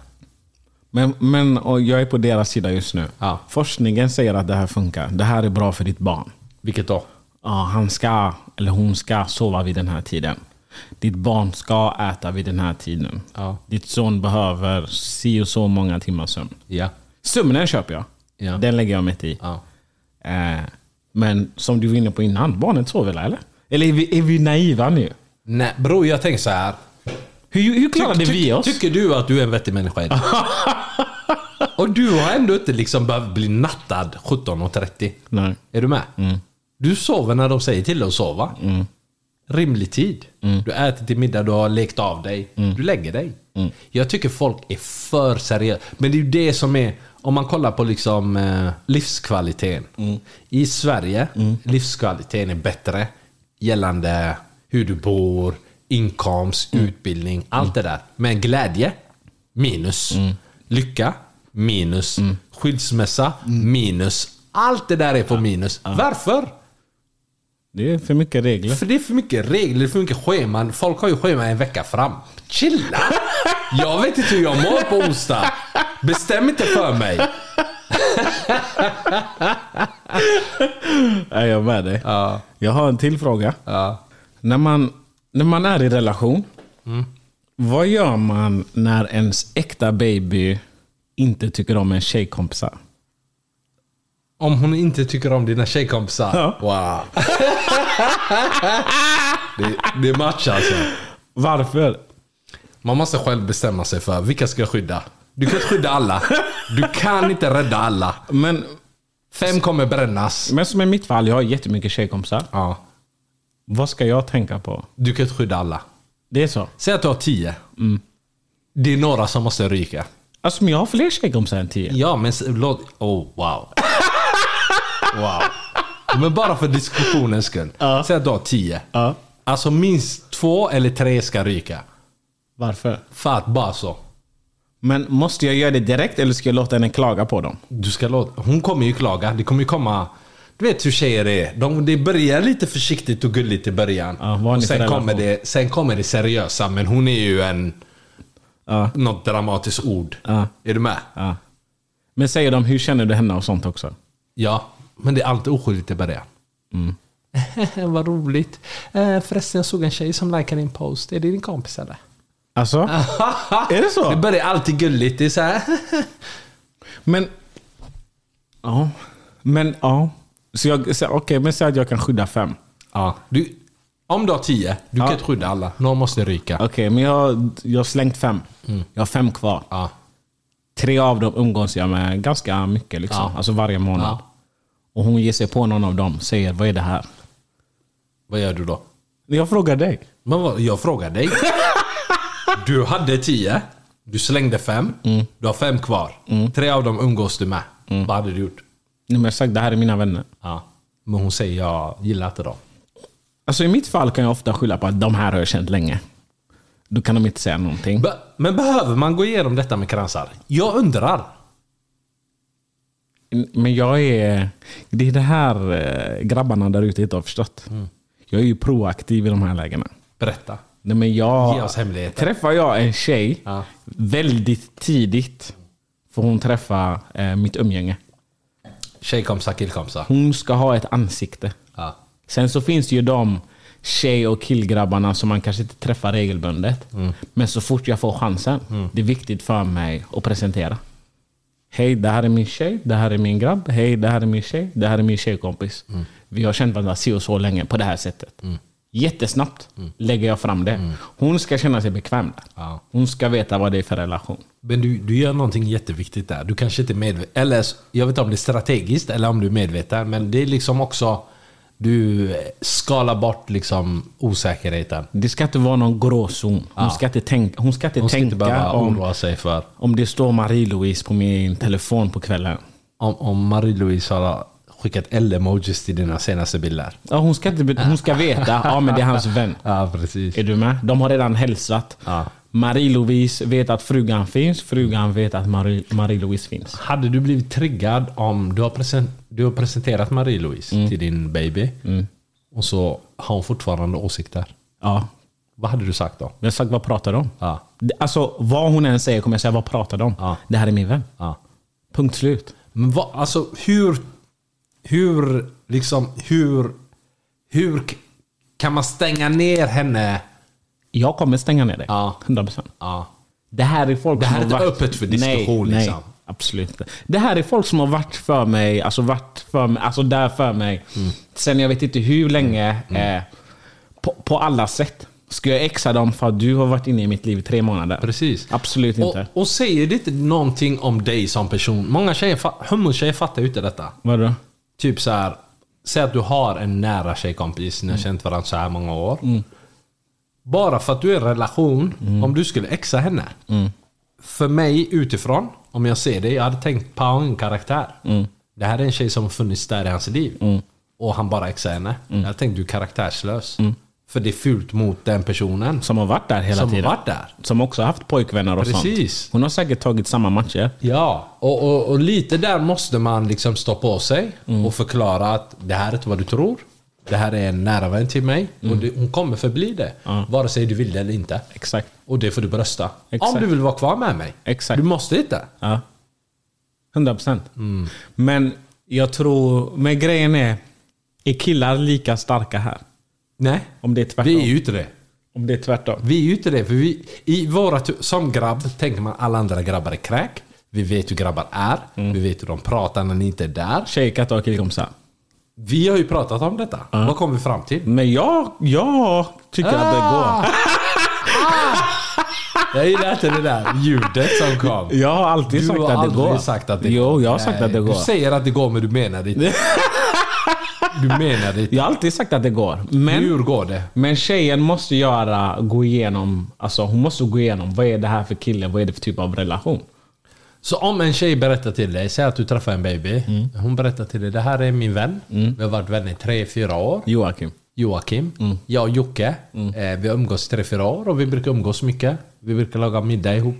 Speaker 2: Men, men och jag är på deras sida just nu.
Speaker 3: Ja.
Speaker 2: Forskningen säger att det här funkar. Det här är bra för ditt barn.
Speaker 3: Vilket då?
Speaker 2: Ja, han ska, eller hon ska sova vid den här tiden. Ditt barn ska äta vid den här tiden.
Speaker 3: Ja.
Speaker 2: Ditt son behöver si och så många timmar sömn.
Speaker 3: Ja.
Speaker 2: Sömnen köper jag.
Speaker 3: Ja.
Speaker 2: Den lägger jag mig inte i.
Speaker 3: ja.
Speaker 2: Eh, men som du var inne på innan, barnet sover väl eller? Eller är vi, är vi naiva nu?
Speaker 3: Nej bror, jag tänker så här.
Speaker 2: Hur, hur klarade
Speaker 3: Tyck-
Speaker 2: vi
Speaker 3: tyck-
Speaker 2: oss?
Speaker 3: Tycker du att du är en vettig människa idag? och du har ändå inte liksom behövt bli nattad 17.30.
Speaker 2: Nej. Mm.
Speaker 3: Är du med? Du sover när de säger till dig att sova. Rimlig tid. Du äter till middag, du har lekt av dig. Du lägger dig. Jag tycker folk är för seriösa. Men det är ju det som är... Om man kollar på liksom, eh, livskvaliteten. I Sverige, livskvaliteten är bättre gällande hur du bor, inkomst, utbildning, allt det där. Men glädje, minus. Lycka, minus. Skilsmässa, minus. Allt det där är på minus. Varför?
Speaker 2: Det är för mycket regler.
Speaker 3: För det är för mycket regler, det är för mycket scheman. Folk har ju schema en vecka fram. Chilla! Jag vet inte hur jag mår på onsdag. Bestäm inte för mig.
Speaker 2: Ja, jag är med dig. Jag har en till fråga. När, man, när man är i relation, Mm. vad gör man när ens äkta baby inte tycker om en tjejkompisar?
Speaker 3: Om hon inte tycker om dina tjejkompisar.
Speaker 2: Ja.
Speaker 3: Wow. Det, det är match alltså.
Speaker 2: Varför?
Speaker 3: Man måste själv bestämma sig för vilka ska jag skydda. Du kan inte skydda alla. Du kan inte rädda alla.
Speaker 2: Men,
Speaker 3: Fem kommer brännas.
Speaker 2: men som i mitt fall, jag har jättemycket tjejkompisar.
Speaker 3: Ja.
Speaker 2: Vad ska jag tänka på?
Speaker 3: Du kan inte skydda alla.
Speaker 2: Det är så.
Speaker 3: Säg att du har tio. Det är några som måste ryka.
Speaker 2: Alltså, men jag har fler tjejkompisar än tio.
Speaker 3: Ja, men s- låt... Oh, wow. Wow. Men bara för diskussionens skull. Säg att du har tio.
Speaker 2: Ja.
Speaker 3: Alltså minst två eller tre ska ryka.
Speaker 2: Varför?
Speaker 3: För att bara så.
Speaker 2: Men måste jag göra det direkt eller ska jag låta henne klaga på dem?
Speaker 3: Du ska låta, hon kommer ju klaga. Det kommer ju komma... Du vet hur tjejer är. De, det börjar lite försiktigt och gulligt i början.
Speaker 2: Ja, vad har ni
Speaker 3: och
Speaker 2: för
Speaker 3: sen,
Speaker 2: relation?
Speaker 3: kommer det, sen kommer det seriösa, men hon är ju en...
Speaker 2: Ja.
Speaker 3: Något dramatiskt ord.
Speaker 2: Ja.
Speaker 3: Är du med?
Speaker 2: Ja. Men säger de, hur känner du henne och sånt också?
Speaker 3: Ja, men det är alltid oskyldigt Mm. i början. Vad roligt. Eh, förresten, jag såg en tjej som likade din post. Är det din kompis eller?
Speaker 2: Alltså? Är det så?
Speaker 3: Det börjar alltid gulligt. Det är så här.
Speaker 2: Men... Ja. Men ja. Så jag, så, okej, men säg att jag kan skydda fem.
Speaker 3: ja, du, om du har tio, du kan inte skydda alla. Någon måste ryka.
Speaker 2: Okej, men jag, jag har slängt fem. Jag har fem kvar.
Speaker 3: Ja.
Speaker 2: Tre av dem umgås jag med ganska mycket. Liksom.
Speaker 3: Ja.
Speaker 2: Alltså varje månad.
Speaker 3: Ja.
Speaker 2: Och hon ger sig på någon av dem. Säger, vad är det här?
Speaker 3: Vad gör du då?
Speaker 2: Jag frågar dig.
Speaker 3: Men vad, jag frågar dig. Du hade tio. Du slängde fem.
Speaker 2: Mm.
Speaker 3: Du har fem kvar. Tre av dem umgås du med. Vad hade du gjort?
Speaker 2: Nej, men Jag har sagt, det här är mina vänner.
Speaker 3: Ja. Men hon säger jag gillar inte dem.
Speaker 2: Alltså i mitt fall kan jag ofta skylla på att de här har jag känt länge. Då kan de inte säga någonting.
Speaker 3: Be- Men behöver man gå igenom detta med kransar? Jag undrar.
Speaker 2: Men jag är... Det är det här eh, grabbarna där ute inte har förstått.
Speaker 3: Mm.
Speaker 2: Jag är ju proaktiv i de här lägena.
Speaker 3: Berätta.
Speaker 2: Nej, men jag,
Speaker 3: Ge oss hemligheter.
Speaker 2: Träffar jag en tjej
Speaker 3: Ja.
Speaker 2: väldigt tidigt får hon träffa eh, mitt umgänge.
Speaker 3: Tjejkompisar, killkompisar.
Speaker 2: Hon ska ha ett ansikte.
Speaker 3: Ja.
Speaker 2: Sen så finns det ju de tjej och killgrabbarna som man kanske inte träffar regelbundet.
Speaker 3: Mm.
Speaker 2: Men så fort jag får chansen, det är viktigt för mig att presentera. Hej, det här är min tjej, det här är min grabb. Hej, det här är min tjej, det här är min tjejkompis.
Speaker 3: Mm.
Speaker 2: Vi har känt varandra si och så länge på det här sättet. Jättesnabbt lägger jag fram det. Hon ska känna sig bekväm där.
Speaker 3: Mm. Ja.
Speaker 2: Hon ska veta vad det är för relation.
Speaker 3: Men du, du gör någonting jätteviktigt där. Du kanske inte är medveten. Eller s- jag vet inte om det är strategiskt eller om du är medveten. Men det är liksom också... Du eh, skalar bort liksom osäkerheten.
Speaker 2: Det ska inte vara någon gråzon. Hon ska inte tänka, hon ska inte
Speaker 3: Hon ska
Speaker 2: tänka
Speaker 3: inte behöva
Speaker 2: om...
Speaker 3: oroa sig för...
Speaker 2: Om det står Marie-Louise på min telefon på kvällen.
Speaker 3: Om, om Marie-Louise har skickat L-emojis till dina senaste bilder.
Speaker 2: Ja, hon, ska inte, be- hon ska veta, ja men det är hans vän.
Speaker 3: Ja, precis.
Speaker 2: Är du med? De har redan hälsat.
Speaker 3: Ja.
Speaker 2: Marie-Louise vet att frugan finns, frugan vet att Marie- Marie-Louise finns.
Speaker 3: Hade du blivit triggad om du har, present, du har presenterat Marie-Louise till din baby och så har hon fortfarande åsikter.
Speaker 2: Ja.
Speaker 3: Vad hade du sagt då?
Speaker 2: Jag har sagt, vad pratar de om?
Speaker 3: Ja.
Speaker 2: Det- Alltså, vad hon än säger kommer jag säga, vad pratar de om?
Speaker 3: Ja.
Speaker 2: Det här är min vän.
Speaker 3: Ja.
Speaker 2: Punkt slut.
Speaker 3: Men vad, alltså hur... Hur, liksom, hur... Hur k- kan man stänga ner henne?
Speaker 2: Jag kommer stänga ner dig.
Speaker 3: Ja.
Speaker 2: 100%.
Speaker 3: Ja.
Speaker 2: Det här är folk
Speaker 3: Det här
Speaker 2: som
Speaker 3: är
Speaker 2: har
Speaker 3: inte
Speaker 2: varit-
Speaker 3: öppet för diskussion,
Speaker 2: Nej,
Speaker 3: liksom.
Speaker 2: nej absolut inte. Det här är folk som har varit för mig, alltså varit för mig, alltså där för mig.
Speaker 3: Mm.
Speaker 2: Sen jag vet inte hur länge. Eh, på, på alla sätt. Ska jag exa dem för att du har varit inne i mitt liv i tre månader?
Speaker 3: Precis.
Speaker 2: Absolut
Speaker 3: Och,
Speaker 2: inte.
Speaker 3: och säger det inte någonting om dig som person? Många tjejer, fa- homotjejer fattar ju inte detta.
Speaker 2: Vadå?
Speaker 3: Typ så här, säg att du har en nära tjejkompis, ni har känt varandra så här många år.
Speaker 2: Mm.
Speaker 3: Bara för att du är i en relation, om du skulle exa henne.
Speaker 2: Mm.
Speaker 3: För mig utifrån, om jag ser det, jag hade tänkt på en karaktär.
Speaker 2: Mm.
Speaker 3: Det här är en tjej som har funnits där i hans liv. Och han bara exar henne.
Speaker 2: Mm.
Speaker 3: Jag tänkte du är karaktärslös. För det är fult mot den personen
Speaker 2: Som har varit där hela
Speaker 3: som
Speaker 2: tiden.
Speaker 3: har varit där.
Speaker 2: Som också har haft pojkvänner och
Speaker 3: Precis.
Speaker 2: sånt. Hon har säkert tagit samma matcher.
Speaker 3: Ja, och, och, och lite där måste man liksom stå på sig
Speaker 2: Mm.
Speaker 3: och förklara att det här är inte vad du tror. Det här är en nära vän till mig och det, hon kommer förbli det.
Speaker 2: Mm. Ja.
Speaker 3: Vare sig du vill det eller inte.
Speaker 2: Exakt.
Speaker 3: Och det får du brösta.
Speaker 2: Exakt.
Speaker 3: Om du vill vara kvar med mig.
Speaker 2: Exakt.
Speaker 3: Du måste inte.
Speaker 2: Ja. 100 procent.
Speaker 3: Mm.
Speaker 2: Men jag tror... Men grejen är, är killar lika starka här?
Speaker 3: Nej.
Speaker 2: Om det är tvärtom?
Speaker 3: Vi är ju inte det.
Speaker 2: Om det är tvärtom?
Speaker 3: Vi är ju inte det. För vi, i våra, tu- som grabb tänker man alla andra grabbar är kräk. Vi vet hur grabbar är.
Speaker 2: Mm.
Speaker 3: Vi vet hur de pratar när ni inte är där.
Speaker 2: Tjejer kan ta killkompisar.
Speaker 3: Vi har ju pratat om detta. Vad kom vi fram till?
Speaker 2: Men jag, jag tycker att det
Speaker 3: Ah!
Speaker 2: går.
Speaker 3: Jag gillar inte det där ljudet som kom.
Speaker 2: Jag har alltid
Speaker 3: Du
Speaker 2: sagt
Speaker 3: har
Speaker 2: att det går.
Speaker 3: aldrig sagt att det
Speaker 2: jo,
Speaker 3: går.
Speaker 2: jag har sagt
Speaker 3: Nej,
Speaker 2: att det går.
Speaker 3: Du säger att det går men du menar det inte. Du menar det inte.
Speaker 2: Jag har alltid sagt att det går. Men,
Speaker 3: Hur går det?
Speaker 2: men tjejen måste göra, gå igenom, alltså hon måste gå igenom vad är det här för kille, vad är det för typ av relation?
Speaker 3: Så om en tjej berättar till dig, säg att du träffar en baby. Hon berättar till dig, det här är min vän. Vi har varit vänner i tre fyra år.
Speaker 2: Joakim.
Speaker 3: Joakim, jag och Jocke. Eh, vi har umgås i tre fyra år och vi brukar umgås mycket. Vi brukar laga middag ihop.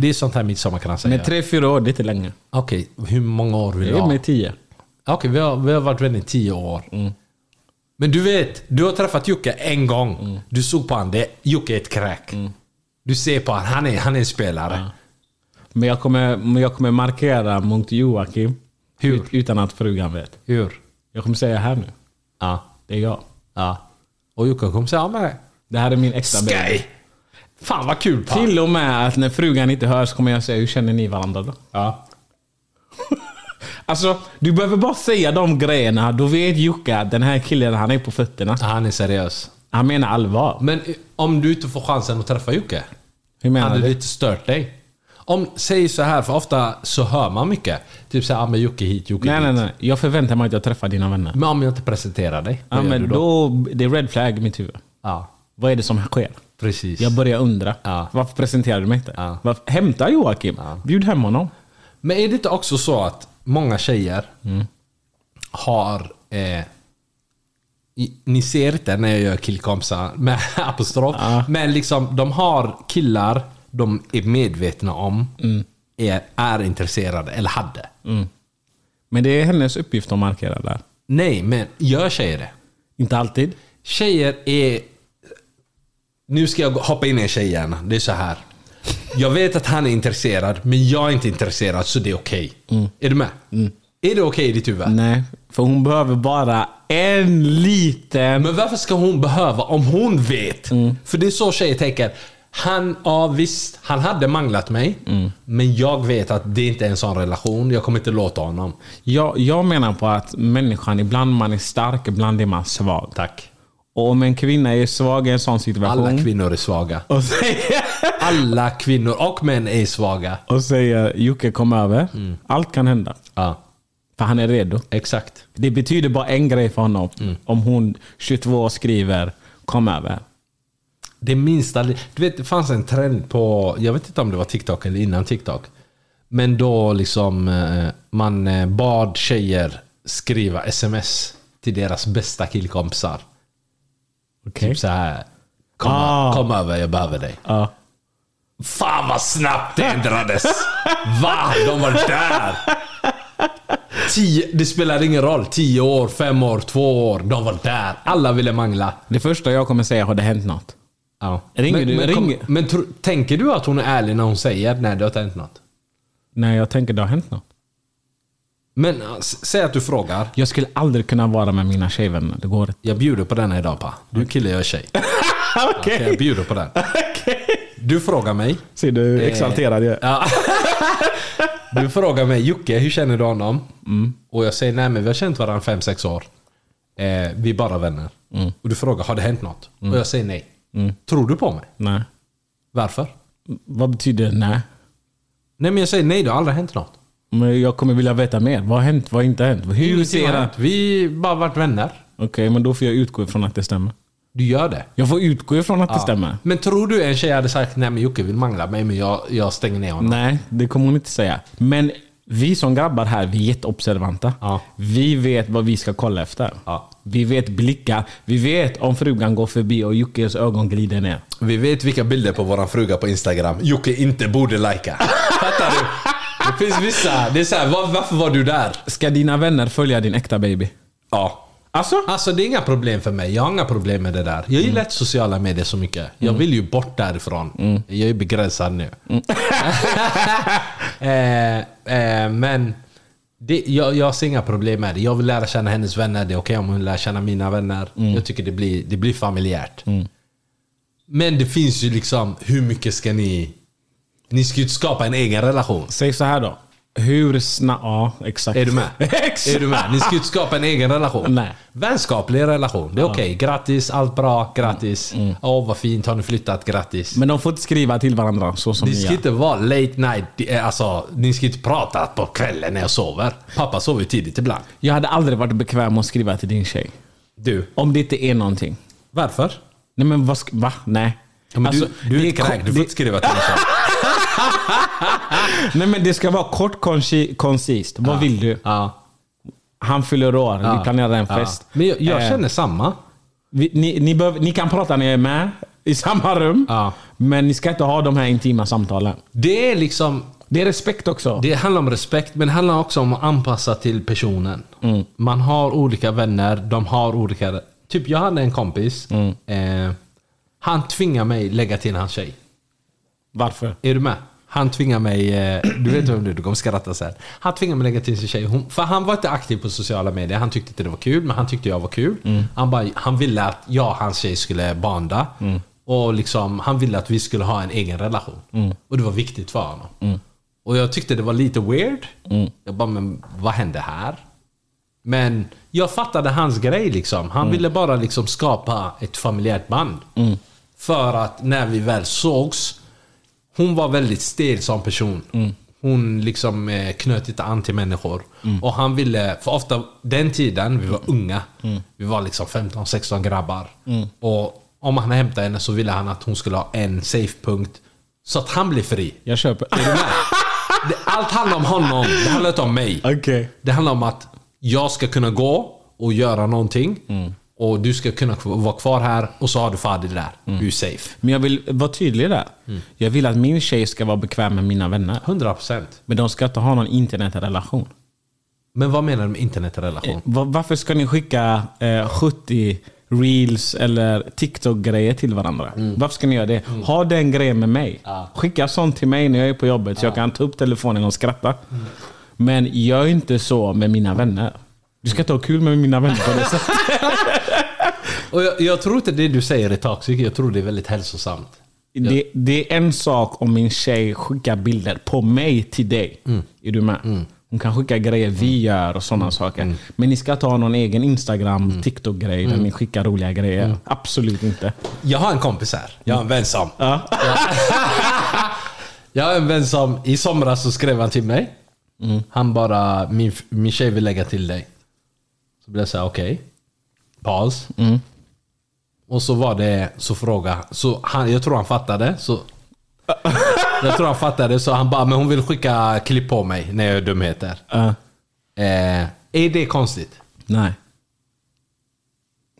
Speaker 3: Det är sånt här midsommarkransen
Speaker 2: Men
Speaker 3: gör.
Speaker 2: tre, fyra år, det är inte länge.
Speaker 3: Okej, hur många år vill
Speaker 2: Det
Speaker 3: du
Speaker 2: är
Speaker 3: ha?
Speaker 2: med tio.
Speaker 3: Okej, vi, har, vi har varit vänner i tio år.
Speaker 2: Mm.
Speaker 3: Men du vet, du har träffat Jocke en gång.
Speaker 2: Mm.
Speaker 3: Du såg på honom, det, Jocke är ett kräk. Du ser på honom, han är, han är en spelare.
Speaker 2: Men jag kommer, men jag kommer markera mot Joakim.
Speaker 3: Hur?
Speaker 2: ut- Utan att frugan vet.
Speaker 3: Hur?
Speaker 2: Jag kommer säga här nu.
Speaker 3: Ja.
Speaker 2: Det är jag.
Speaker 3: ja. Och Jocke kommer säga, ja men...
Speaker 2: Det här är min extra baby.
Speaker 3: Skaj! Fan vad kul pa.
Speaker 2: Till och med att när frugan inte hör så kommer jag säga, hur känner ni varandra då?
Speaker 3: Ja.
Speaker 2: Alltså, du behöver bara säga de grejerna. Då vet Jocke att den här killen, han är på fötterna.
Speaker 3: Han är seriös.
Speaker 2: Han menar allvar.
Speaker 3: Men eh, om du inte får chansen att träffa Jocke?
Speaker 2: Hur menar
Speaker 3: Hade det
Speaker 2: du?
Speaker 3: inte stört dig? Om, säg så här, för ofta så hör man mycket. Typ såhär, ah, men Jocke hit, Jocke
Speaker 2: Nej,
Speaker 3: dit.
Speaker 2: nej, nej. Jag förväntar mig att jag träffar dina vänner.
Speaker 3: Men om jag inte presenterar dig?
Speaker 2: Ja,
Speaker 3: vad gör du
Speaker 2: men då, det är red flag i mitt huvud.
Speaker 3: Ja,
Speaker 2: Vad är det som sker?
Speaker 3: precis.
Speaker 2: Jag börjar undra.
Speaker 3: Ja.
Speaker 2: Varför presenterar du mig inte?
Speaker 3: Ja.
Speaker 2: Varför? Hämta Joakim. Bjud hem honom.
Speaker 3: Men är det inte också så att många tjejer har eh, i- ni ser inte när jag gör killkompisar med apostrof. Men liksom, de har killar de är medvetna om är, är intresserade, eller hade.
Speaker 2: Men det är hennes uppgift att markera där.
Speaker 3: Nej, men gör tjejer det?
Speaker 2: Inte alltid.
Speaker 3: Tjejer är... Nu ska jag hoppa in i en tjejhjärna. Det är så här. Jag vet att han är intresserad, men jag är inte intresserad så det är okej. Är du med? Är det okej i ditt huvud?
Speaker 2: Nej, för hon behöver bara en liten...
Speaker 3: Men varför ska hon behöva om hon vet? För det är så tjejer tänker. Han, ja visst, han hade manglat mig. Men jag vet att det inte är en sån relation. Jag kommer inte låta honom.
Speaker 2: Jag, jag menar på att människan, ibland man är stark, ibland är man svag.
Speaker 3: Tack.
Speaker 2: Och om en kvinna är svag i en sån situation
Speaker 3: Alla kvinnor är svaga.
Speaker 2: och, säger,
Speaker 3: Alla kvinnor och män är svaga.
Speaker 2: och säger Jocke kom över.
Speaker 3: Mm.
Speaker 2: Allt kan hända.
Speaker 3: Ja,
Speaker 2: För han är redo.
Speaker 3: exakt.
Speaker 2: Det betyder bara en grej för honom.
Speaker 3: Mm.
Speaker 2: Om hon 22 år skriver kom över.
Speaker 3: Det minsta... li- Du vet, det fanns en trend på... Jag vet inte om det var TikTok eller innan TikTok. Men då liksom eh, man eh, bad tjejer skriva sms till deras bästa killkompisar.
Speaker 2: Okej.
Speaker 3: Typ så här. Kom,
Speaker 2: Ah.
Speaker 3: kom över, jag behöver dig.
Speaker 2: Ja.
Speaker 3: Fan vad snabbt det ändrades! Va? De var där! Tio, det spelar ingen roll. 10 år, 5 år, 2 år. De var där. Alla ville mangla.
Speaker 2: Det första jag kommer säga, har det hänt något?
Speaker 3: Ja.
Speaker 2: Ringer
Speaker 3: men,
Speaker 2: du-
Speaker 3: Men,
Speaker 2: ringer-
Speaker 3: men tro, tänker du att hon är ärlig när hon säger nej det har inte hänt något?
Speaker 2: Nej, jag tänker det har hänt något.
Speaker 3: Men äh, s- säg att du frågar.
Speaker 2: Jag skulle aldrig kunna vara med mina tjejvänner. Det går inte.
Speaker 3: Jag bjuder på den här idag pa. Du är kille, jag är tjej. Okej, jag bjuder på den. Du frågar mig.
Speaker 2: Ser du hur exalterad jag är?
Speaker 3: Ja. Du frågar mig, Jocke, hur känner du honom? Och jag säger, nej men vi har känt varandra 5-6 år. Eh, vi är bara vänner. Och du frågar, har det hänt något? Och jag säger nej. Tror du på mig?
Speaker 2: Nej.
Speaker 3: Varför?
Speaker 2: Vad betyder nej?
Speaker 3: Nej men jag säger nej, det har aldrig hänt något.
Speaker 2: Men jag kommer vilja veta mer. Vad har hänt? Vad har inte hänt? Hur
Speaker 3: Ingenting
Speaker 2: ser
Speaker 3: har
Speaker 2: han?
Speaker 3: hänt. Vi har bara varit vänner.
Speaker 2: Okej, men då får jag utgå ifrån att det stämmer.
Speaker 3: Du gör det.
Speaker 2: Jag får utgå ifrån att det stämmer.
Speaker 3: Men tror du en tjej hade sagt nej men Jocke vill mangla mig men jag, jag stänger ner honom?
Speaker 2: Nej, det kommer hon inte säga. Men vi som grabbar här, vi är jätteobservanta.
Speaker 3: Ja.
Speaker 2: Vi vet vad vi ska kolla efter.
Speaker 3: Ja.
Speaker 2: Vi vet blickar. Vi vet om frugan går förbi och Jockes ögon glider ner.
Speaker 3: Vi vet vilka bilder på våran fruga på Instagram Jocke inte borde lajka. Fattar du? Det finns vissa. Det är såhär, var, varför var du där?
Speaker 2: Ska dina vänner följa din äkta baby?
Speaker 3: Ja.
Speaker 2: Alltså?
Speaker 3: Alltså det är inga problem för mig. Jag har inga problem med det där. Jag gillar inte sociala medier så mycket. Jag vill ju bort därifrån. Jag är begränsad nu. eh, eh, men det, jag, jag ser inga problem med det. Jag vill lära känna hennes vänner. Det är okej om hon lär känna mina vänner. Jag tycker det blir, det blir familjärt. Men det finns ju liksom, hur mycket ska ni... Ni ska ju inte skapa en egen relation.
Speaker 2: Säg så här då. Hur snabbt... Ja, exakt.
Speaker 3: Är du med?
Speaker 2: exakt.
Speaker 3: Är du med? Ni ska ju inte skapa en egen relation.
Speaker 2: Nej.
Speaker 3: Vänskaplig relation. Det är okej. Grattis, allt bra, grattis. Åh vad fint, har ni flyttat, grattis.
Speaker 2: Men de får inte skriva till varandra så som
Speaker 3: ni
Speaker 2: ni
Speaker 3: ska
Speaker 2: gör.
Speaker 3: inte vara late night, det är alltså ni ska inte prata på kvällen när jag sover. Pappa sover ju tidigt ibland.
Speaker 2: Jag hade aldrig varit bekväm att skriva till din tjej.
Speaker 3: Du,
Speaker 2: Om det inte är någonting.
Speaker 3: varför?
Speaker 2: Nej men vad sk- Va? Nej.
Speaker 3: Ja, men
Speaker 2: Alltså,
Speaker 3: du, du är
Speaker 2: det ko-
Speaker 3: kräk, du får
Speaker 2: det-
Speaker 3: inte skriva till mig så.
Speaker 2: Nej men det ska vara kort, konci- koncist. Vad vill du?
Speaker 3: Ja.
Speaker 2: Han fyller år, vi planerar en fest.
Speaker 3: Ja. Men jag, jag
Speaker 2: Eh,
Speaker 3: känner samma.
Speaker 2: vi, ni, ni, behöver, ni kan prata när jag är med, i samma rum.
Speaker 3: Ja.
Speaker 2: Men ni ska inte ha de här intima samtalen.
Speaker 3: Det är liksom,
Speaker 2: Det är respekt också.
Speaker 3: Det handlar om respekt, men det handlar också om att anpassa till personen. Man har olika vänner, de har olika... Typ jag hade en kompis. Eh, han tvingar mig lägga till hans tjej.
Speaker 2: Varför?
Speaker 3: Är du med? Han tvingar mig, eh, du vet vem det är, du kommer skratta sen. Han tvingar mig lägga till sin tjej. Hon, för han var inte aktiv på sociala medier, han tyckte inte det var kul, men han tyckte jag var kul. Han, bara, han ville att jag och hans tjej skulle banda. Och liksom, han ville att vi skulle ha en egen relation. Och det var viktigt för honom. Och jag tyckte det var lite weird. Jag bara, men vad hände här? Men jag fattade hans grej liksom. Han ville bara liksom skapa ett familjärt band. För att när vi väl sågs, hon var väldigt stel som person. Hon liksom eh, knöt inte an till människor. Och han ville, för ofta den tiden, vi var unga. Vi var liksom 15-16 grabbar. Och om han hämtade henne så ville han att hon skulle ha en safe punkt. Så att han blev fri.
Speaker 2: Jag köper.
Speaker 3: Är du med? Det- Allt handlar om honom, det handlar inte om mig.
Speaker 2: Okej.
Speaker 3: Det handlar om att jag ska kunna gå och göra någonting. Och du ska kunna vara kvar här och så har du Fadil där. Du är safe.
Speaker 2: Men jag vill vara tydlig där. Jag vill att min tjej ska vara bekväm med mina vänner.
Speaker 3: 100%.
Speaker 2: Men de ska inte ha någon internetrelation.
Speaker 3: Men vad menar du med internetrelation?
Speaker 2: Va- Varför ska ni skicka eh, 70 reels eller TikTok-grejer till varandra? Varför ska ni göra det? Ha den grejen med mig. Skicka sånt till mig när jag är på jobbet så jag kan ta upp telefonen och skratta. Men gör inte så med mina vänner. Du ska inte ha kul med mina vänner på det sättet.
Speaker 3: Och jag, jag tror inte det du säger är toxic, jag tror det är väldigt hälsosamt.
Speaker 2: Det, det är en sak om min tjej skickar bilder på mig till dig. Är du med? Hon kan skicka grejer vi gör och sådana saker. Men ni ska inte ha någon egen Instagram, TikTok-grej där ni skickar roliga grejer. Absolut inte.
Speaker 3: Jag har en kompis här. Jag har en vän som... jag har en vän som i somras så skrev han till mig. Han bara, min, min tjej vill lägga till dig. Så blev jag såhär, okej. Paus. Och så var det, så fråga. Så han, jag tror han fattade. Så, jag tror han fattade. Så han bara, men hon vill skicka klipp på mig när jag gör dumheter.
Speaker 2: Ja.
Speaker 3: Eh, är det konstigt?
Speaker 2: Nej.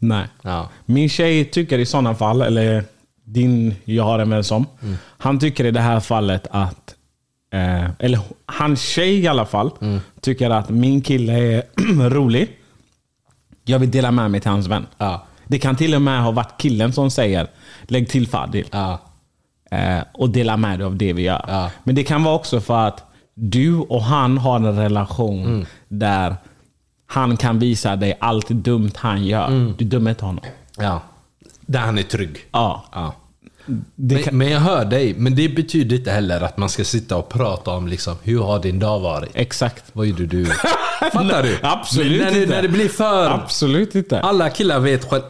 Speaker 2: Nej.
Speaker 3: Ja.
Speaker 2: Min tjej tycker i sådana fall, eller din jag har en vän som. Han tycker i det här fallet att, eh, eller hans tjej i alla fall, tycker att min kille är rolig. Jag vill dela med mig till hans vän.
Speaker 3: Ja.
Speaker 2: Det kan till och med ha varit killen som säger lägg till Fadil
Speaker 3: Ja.
Speaker 2: eh, och dela med dig av det vi gör.
Speaker 3: Ja.
Speaker 2: Men det kan vara också för att du och han har en relation
Speaker 3: Mm.
Speaker 2: där han kan visa dig allt dumt han gör.
Speaker 3: Mm.
Speaker 2: Du dömer inte honom.
Speaker 3: ja. Där han är trygg.
Speaker 2: Ja.
Speaker 3: Ja.
Speaker 2: Det
Speaker 3: Men,
Speaker 2: kan,
Speaker 3: men jag hör dig, men det betyder inte heller att man ska sitta och prata om liksom, hur har din dag varit?
Speaker 2: exakt.
Speaker 3: Vad gjorde du? Fattar du?
Speaker 2: Absolut
Speaker 3: när, det-
Speaker 2: inte.
Speaker 3: när det blir för...
Speaker 2: Absolut inte.
Speaker 3: Alla killar vet själv.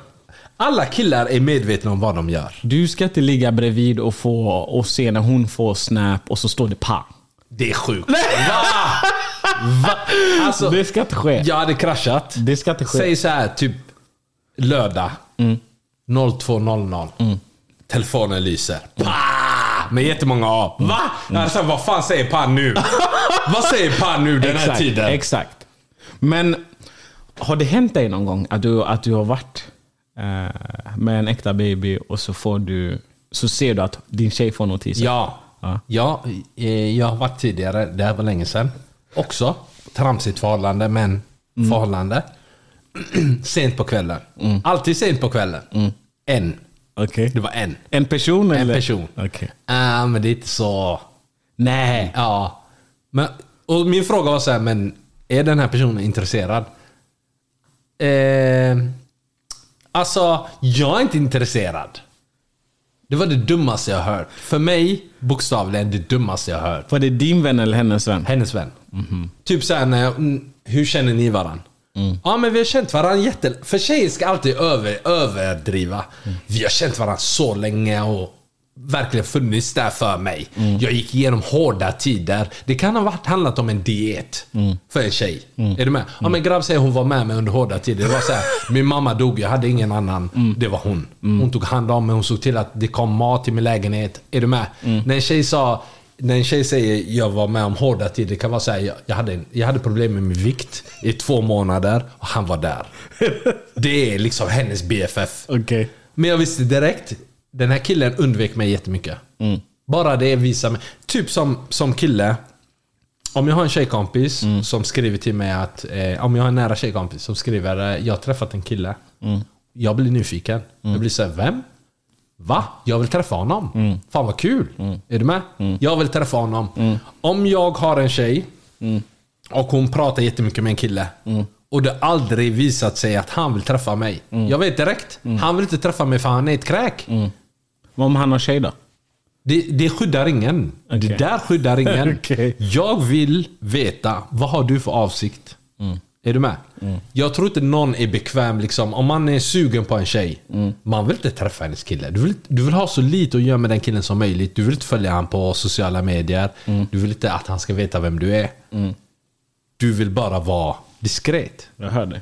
Speaker 3: Alla killar är medvetna om vad de gör.
Speaker 2: Du ska inte ligga bredvid och, få, och se när hon får snap och så står det pang.
Speaker 3: Det är sjukt. Va? Va? Alltså,
Speaker 2: Det ska inte ske.
Speaker 3: jag hade kraschat.
Speaker 2: Det ska inte ske. Mm.
Speaker 3: Säg så här, typ lördag. 02.00. Telefonen lyser. Pah! Med jättemånga A.
Speaker 2: Mm.
Speaker 3: Va? Alltså, vad fan säger Pan nu? vad säger Pan nu den här
Speaker 2: exakt,
Speaker 3: tiden?
Speaker 2: Exakt. Men har det hänt dig någon gång att du, att du har varit eh, med en äkta baby och så, får du, så ser du att din tjej får notiser?
Speaker 3: Ja.
Speaker 2: Ja.
Speaker 3: ja. eh, Jag har varit tidigare, det här var länge sedan. Också tramsigt förhållande, men
Speaker 2: Mm.
Speaker 3: förhållande. sent på kvällen. Alltid sent på kvällen. En.
Speaker 2: Okej.
Speaker 3: Det var en.
Speaker 2: En person?
Speaker 3: En
Speaker 2: Mm. eller?
Speaker 3: person.
Speaker 2: Okej.
Speaker 3: Ah, men det är inte så...
Speaker 2: Nej.
Speaker 3: Ja. Men, och min fråga var så här, men är den här personen intresserad? Eh, alltså, jag är inte intresserad. Det var det dummaste jag hört. För mig, bokstavligen, det dummaste jag hört.
Speaker 2: Var det din vän eller hennes vän?
Speaker 3: Hennes vän. Typ såhär, när jag, mm, hur känner ni varann? Ja men vi har känt varann jätte... För tjejer ska alltid över, överdriva. Vi har känt varann så länge och verkligen funnits där för mig. Jag gick igenom hårda tider. Det kan ha varit, handlat om en diet för en tjej. Är du med? Ja men grabb säger hon var med mig under hårda tider. Det var så här, min mamma dog, jag hade ingen annan. Det var hon. Hon tog hand om mig, hon såg till att det kom mat till min lägenhet. Är du med? När en tjej sa när en tjej säger jag var med om hårda tider, det kan vara såhär, jag, jag, hade, en- jag hade problem med min vikt i två månader och han var där. Det är liksom hennes BFF.
Speaker 2: Okej.
Speaker 3: Men jag visste direkt, den här killen undvek mig jättemycket. Bara det visar mig. Typ som, som kille, om jag har en tjejkompis som skriver till mig att, eh, om jag har en nära tjejkompis som skriver eh, jag har träffat en kille. Jag blir nyfiken. Jag blir såhär, vem? Va? Jag vill träffa honom. Fan vad kul. Är du med? Jag vill träffa honom. Om jag har en tjej och hon pratar jättemycket med en kille och det aldrig visat sig att han vill träffa mig. Jag vet direkt. Han vill inte träffa mig för han är ett kräk.
Speaker 2: Vad om han har tjej då?
Speaker 3: Det, det skyddar ingen.
Speaker 2: Okej.
Speaker 3: Det där skyddar ingen.
Speaker 2: Okej.
Speaker 3: Jag vill veta, vad har du för avsikt?
Speaker 2: Mm.
Speaker 3: Är du med? Jag tror inte någon är bekväm liksom, om man är sugen på en tjej.
Speaker 2: Mm.
Speaker 3: Man vill inte träffa hennes kille. Du vill, du vill ha så lite att göra med den killen som möjligt. Du vill inte följa honom på sociala medier.
Speaker 2: Mm.
Speaker 3: Du vill inte att han ska veta vem du är. Du vill bara vara diskret.
Speaker 2: Jag hör dig.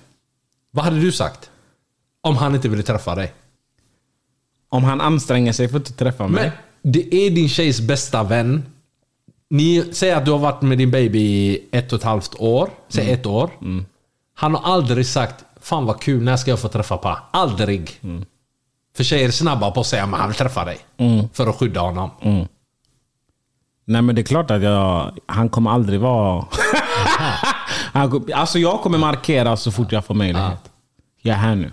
Speaker 3: Vad hade du sagt? Om han inte ville träffa dig?
Speaker 2: Om han anstränger sig för att inte träffa mig.
Speaker 3: Men det är din tjejs bästa vän. Ni säger att du har varit med din baby i ett och ett halvt år. Säg ett år. Han har aldrig sagt Fan vad kul, när ska jag få träffa Pa? Aldrig! För tjejer är snabba på att säga att han vill träffa dig. För att skydda honom.
Speaker 2: Nej men det är klart att jag, han kommer aldrig vara... han, kom- alltså jag kommer markera så fort jag får möjlighet. Jag är här nu.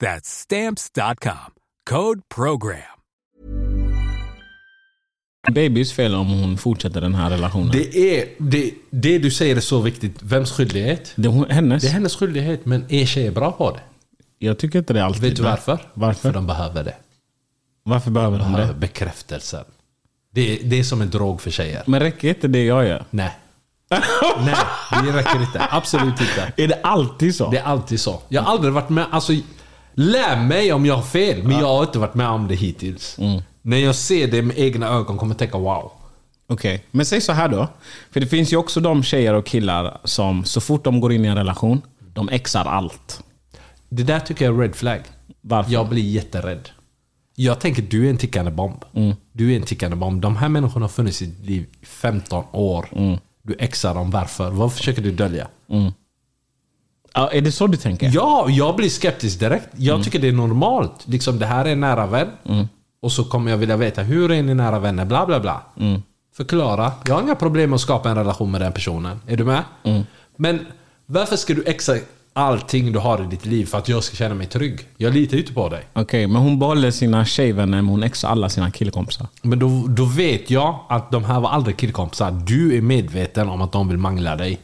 Speaker 7: That's stamps.com. Code program.
Speaker 2: babys fel om hon fortsätter den här relationen. Det,
Speaker 3: Det är... Det, det du säger är så viktigt. Vems skyldighet?
Speaker 2: är hon- hennes.
Speaker 3: Det är hennes skyldighet, men är tjejer bra på det?
Speaker 2: jag tycker inte det alltid.
Speaker 3: Vet du varför?
Speaker 2: Varför?
Speaker 3: För de behöver det.
Speaker 2: Varför behöver
Speaker 3: De
Speaker 2: hon
Speaker 3: behöver
Speaker 2: det?
Speaker 3: bekräftelsen. Det, är- det är som en drog för tjejer.
Speaker 2: Men räcker inte det jag gör?
Speaker 3: Nej. Nej, det räcker inte. Absolut inte.
Speaker 2: Är det alltid så?
Speaker 3: Det är alltid så. Jag har aldrig varit med... Alltså, lär mig om jag har fel, men jag har inte varit med om det hittills. När jag ser det med egna ögon kommer jag tänka wow.
Speaker 2: Okej, men säg så här då. För det finns ju också de tjejer och killar som så fort de går in i en relation, de exar allt.
Speaker 3: Det där tycker jag är red flag.
Speaker 2: Varför?
Speaker 3: Jag blir jätterädd. Jag tänker du är en tickande bomb. Du är en tickande bomb. De här människorna har funnits i ditt liv i 15 år. Du exar dem. Varför? Vad försöker du dölja?
Speaker 2: Ja, är det så du tänker?
Speaker 3: Ja, jag blir skeptisk direkt. Jag tycker det är normalt. Liksom, det här är en nära vän. Och så kommer jag vilja veta hur är ni nära vänner? Bla bla bla. Förklara. Jag har inga problem med att skapa en relation med den personen. Är du med? Men varför ska du exa allting du har i ditt liv för att jag ska känna mig trygg? Jag litar ju inte på dig.
Speaker 2: Okej, men hon behåller sina tjejvänner men hon exar alla sina killkompisar.
Speaker 3: Men då, då vet jag att de här var aldrig killkompisar. Du är medveten om att de vill mangla dig.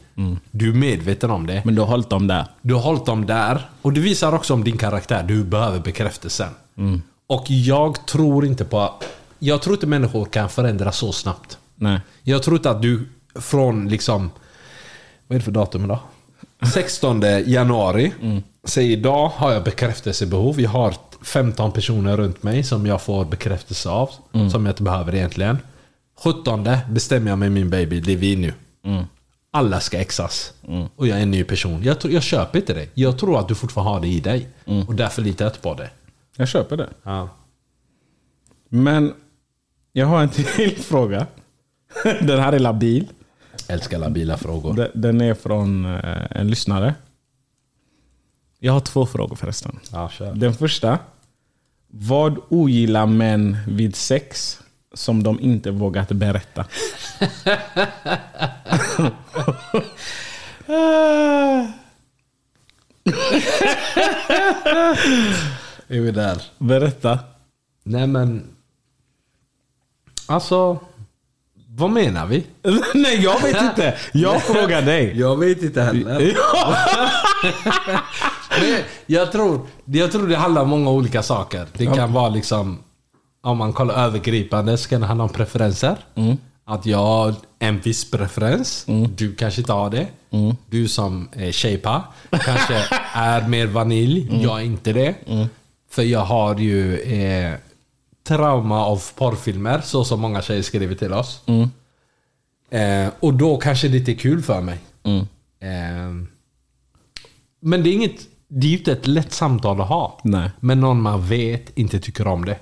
Speaker 3: Du är medveten om det.
Speaker 2: Men du har hållit dem där.
Speaker 3: Du har hållit dem där. Och det visar också om din karaktär. Du behöver bekräftelsen. Och jag tror inte på... Jag tror inte människor kan förändras så snabbt.
Speaker 2: Nej.
Speaker 3: Jag tror inte att du från liksom... Vad är det för datum idag? 16 januari. Säg idag har jag bekräftelsebehov. Jag har 15 personer runt mig som jag får bekräftelse av. Som jag inte behöver egentligen. 17 bestämmer jag med min baby. Det är vi nu. alla ska exas. Och jag är en ny person. Jag, tror- jag köper inte det. Jag tror att du fortfarande har det i dig. Och därför litar jag inte på det.
Speaker 2: Jag köper det. Men jag har en till fråga. Den här är labil.
Speaker 3: Älskar labila frågor.
Speaker 2: Den- Den är från eh, en lyssnare. Jag har två frågor förresten.
Speaker 3: Ja, kör.
Speaker 2: Den första. Vad ogillar män vid sex som de inte vågat berätta?
Speaker 3: Är vi där?
Speaker 2: Berätta.
Speaker 3: Nej men... Alltså... Vad menar vi?
Speaker 2: Nej, jag vet inte. Jag frågar dig.
Speaker 3: Jag vet inte heller. Men jag, tror, jag tror det handlar om många olika saker. Det kan vara liksom... Om man kollar övergripande så kan det handla om preferenser. Att jag har en viss preferens. Du kanske inte har det. Du som är tjejpa kanske är mer vanilj. Jag är inte det. För jag har ju eh, trauma av porrfilmer, så som många tjejer skriver till oss. Eh, och då kanske det inte är kul för mig.
Speaker 2: Mm.
Speaker 3: Eh, men det är inget det är ju inte ett lätt samtal att ha.
Speaker 2: Nej. Mm.
Speaker 3: Men någon man vet inte tycker om det.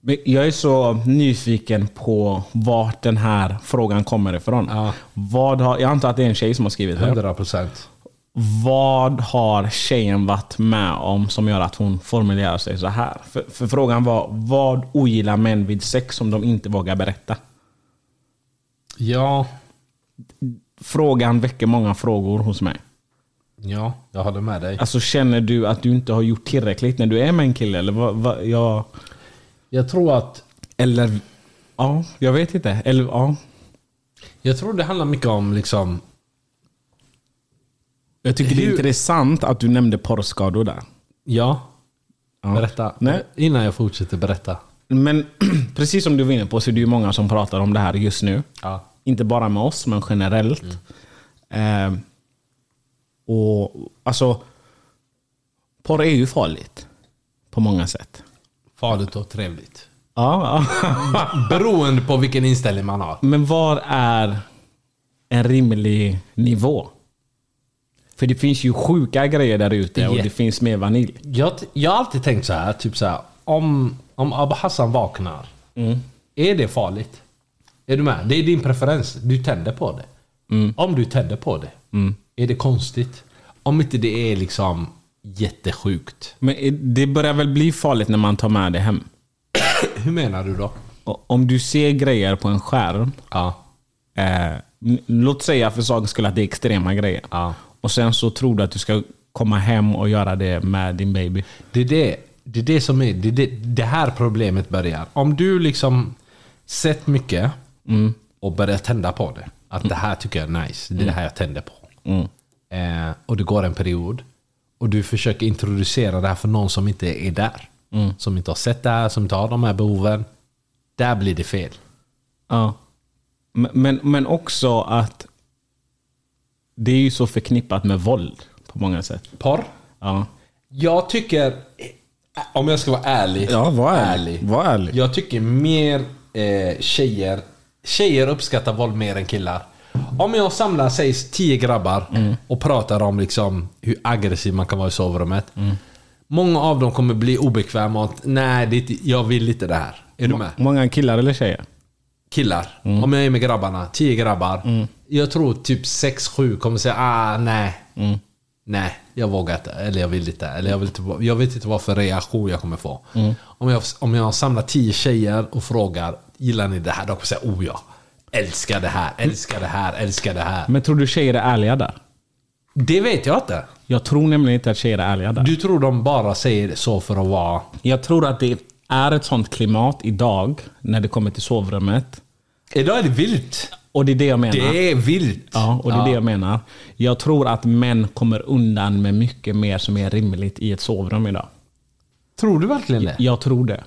Speaker 2: Men Jag är så nyfiken på vart den här frågan kommer ifrån.
Speaker 3: Ja.
Speaker 2: Vad har, jag antar att det är en tjej som har skrivit det.
Speaker 3: 100%.
Speaker 2: Vad har tjejen varit med om som gör att hon formulerar sig så här? För, för frågan var, vad ogillar män vid sex som de inte vågar berätta?
Speaker 3: Ja,
Speaker 2: Frågan väcker många frågor hos mig.
Speaker 3: ja, jag håller med dig.
Speaker 2: Alltså känner du att du inte har gjort tillräckligt när du är med en kille? Eller vad, vad, jag,
Speaker 3: Jag tror att
Speaker 2: eller, ja, jag vet inte. Eller, ja.
Speaker 3: jag tror det handlar mycket om liksom...
Speaker 2: Jag tycker det är
Speaker 3: Hur-
Speaker 2: intressant att du nämnde porrskador där.
Speaker 3: Ja,
Speaker 2: Ja.
Speaker 3: berätta.
Speaker 2: Nej,
Speaker 3: Innan jag fortsätter berätta.
Speaker 2: men precis som du var inne på så är det ju många som pratar om det här just nu.
Speaker 3: Ja. Mm.
Speaker 2: Inte bara med oss, men generellt. Ehm, och alltså, porr är ju farligt. På många sätt.
Speaker 3: Farligt och trevligt.
Speaker 2: Ja, ja.
Speaker 3: Beroende på vilken inställning man har.
Speaker 2: Men var är en rimlig nivå? För det finns ju sjuka grejer där ute och
Speaker 3: Jätte-
Speaker 2: det finns mer vanilj.
Speaker 3: Jag, jag har alltid tänkt så här, typ så här om, om Abu Hassan vaknar, är det farligt? Är du med? Det är din preferens, du tänder på det. Om du tänder på det, är det konstigt? Om inte det är liksom jättesjukt.
Speaker 2: Men eh, det börjar väl bli farligt när man tar med det hem?
Speaker 3: Hur menar du då?
Speaker 2: Och Om du ser grejer på en skärm.
Speaker 3: Ja.
Speaker 2: Eh, n- låt säga för sakens skull att det är extrema grejer.
Speaker 3: Ja.
Speaker 2: Och sen så tror du att du ska komma hem och göra det med din baby.
Speaker 3: Det är det, det, är det som är, det, är det, det här problemet börjar. Om du liksom sett mycket och börjar tända på det. Att det här tycker jag är nice, det är det här jag tänder på. Eh, och det går en period. Och du försöker introducera det här för någon som inte är där. Som inte har sett det här, som inte har de här behoven. Där blir det fel.
Speaker 2: Ja. Men, men, men också att det är ju så förknippat med våld på många sätt.
Speaker 3: Porr?
Speaker 2: Ja.
Speaker 3: Jag tycker, om jag ska vara ärlig.
Speaker 2: Ja, var ärlig. Var ärlig.
Speaker 3: Jag tycker mer eh, tjejer, tjejer uppskattar våld mer än killar. Om jag samlar säg tio grabbar
Speaker 2: Mm.
Speaker 3: och pratar om liksom hur aggressiv man kan vara i sovrummet.
Speaker 2: Mm.
Speaker 3: Många av dem kommer bli obekväma och att, nej, det är inte, jag vill inte det här. Är du med?
Speaker 2: Många killar eller tjejer?
Speaker 3: Killar.
Speaker 2: Mm.
Speaker 3: Om jag är med grabbarna, tio grabbar. Jag tror typ 6-7 kommer säga ah, nej.
Speaker 2: Mm.
Speaker 3: Nej, jag vågar inte. Eller jag vill inte. Eller jag, vill inte, jag vet inte vad för reaktion jag kommer få.
Speaker 2: Mm.
Speaker 3: Om, jag, om jag samlar tio tjejer och frågar gillar ni det här? De kommer säga oh ja. Älskar det här, älskar det här, älskar det här.
Speaker 2: Men tror du tjejer är ärliga där?
Speaker 3: Det vet jag inte.
Speaker 2: Jag tror nämligen inte att tjejer är ärliga där.
Speaker 3: Du tror de bara säger så för att vara...
Speaker 2: Jag tror att det är ett sånt klimat idag när det kommer till sovrummet.
Speaker 3: Idag är det vilt.
Speaker 2: Och det är det jag menar.
Speaker 3: Det är vilt.
Speaker 2: Ja, och det är det jag menar. Jag tror att män kommer undan med mycket mer som är rimligt i ett sovrum idag.
Speaker 3: Tror du verkligen det?
Speaker 2: Jag tror det.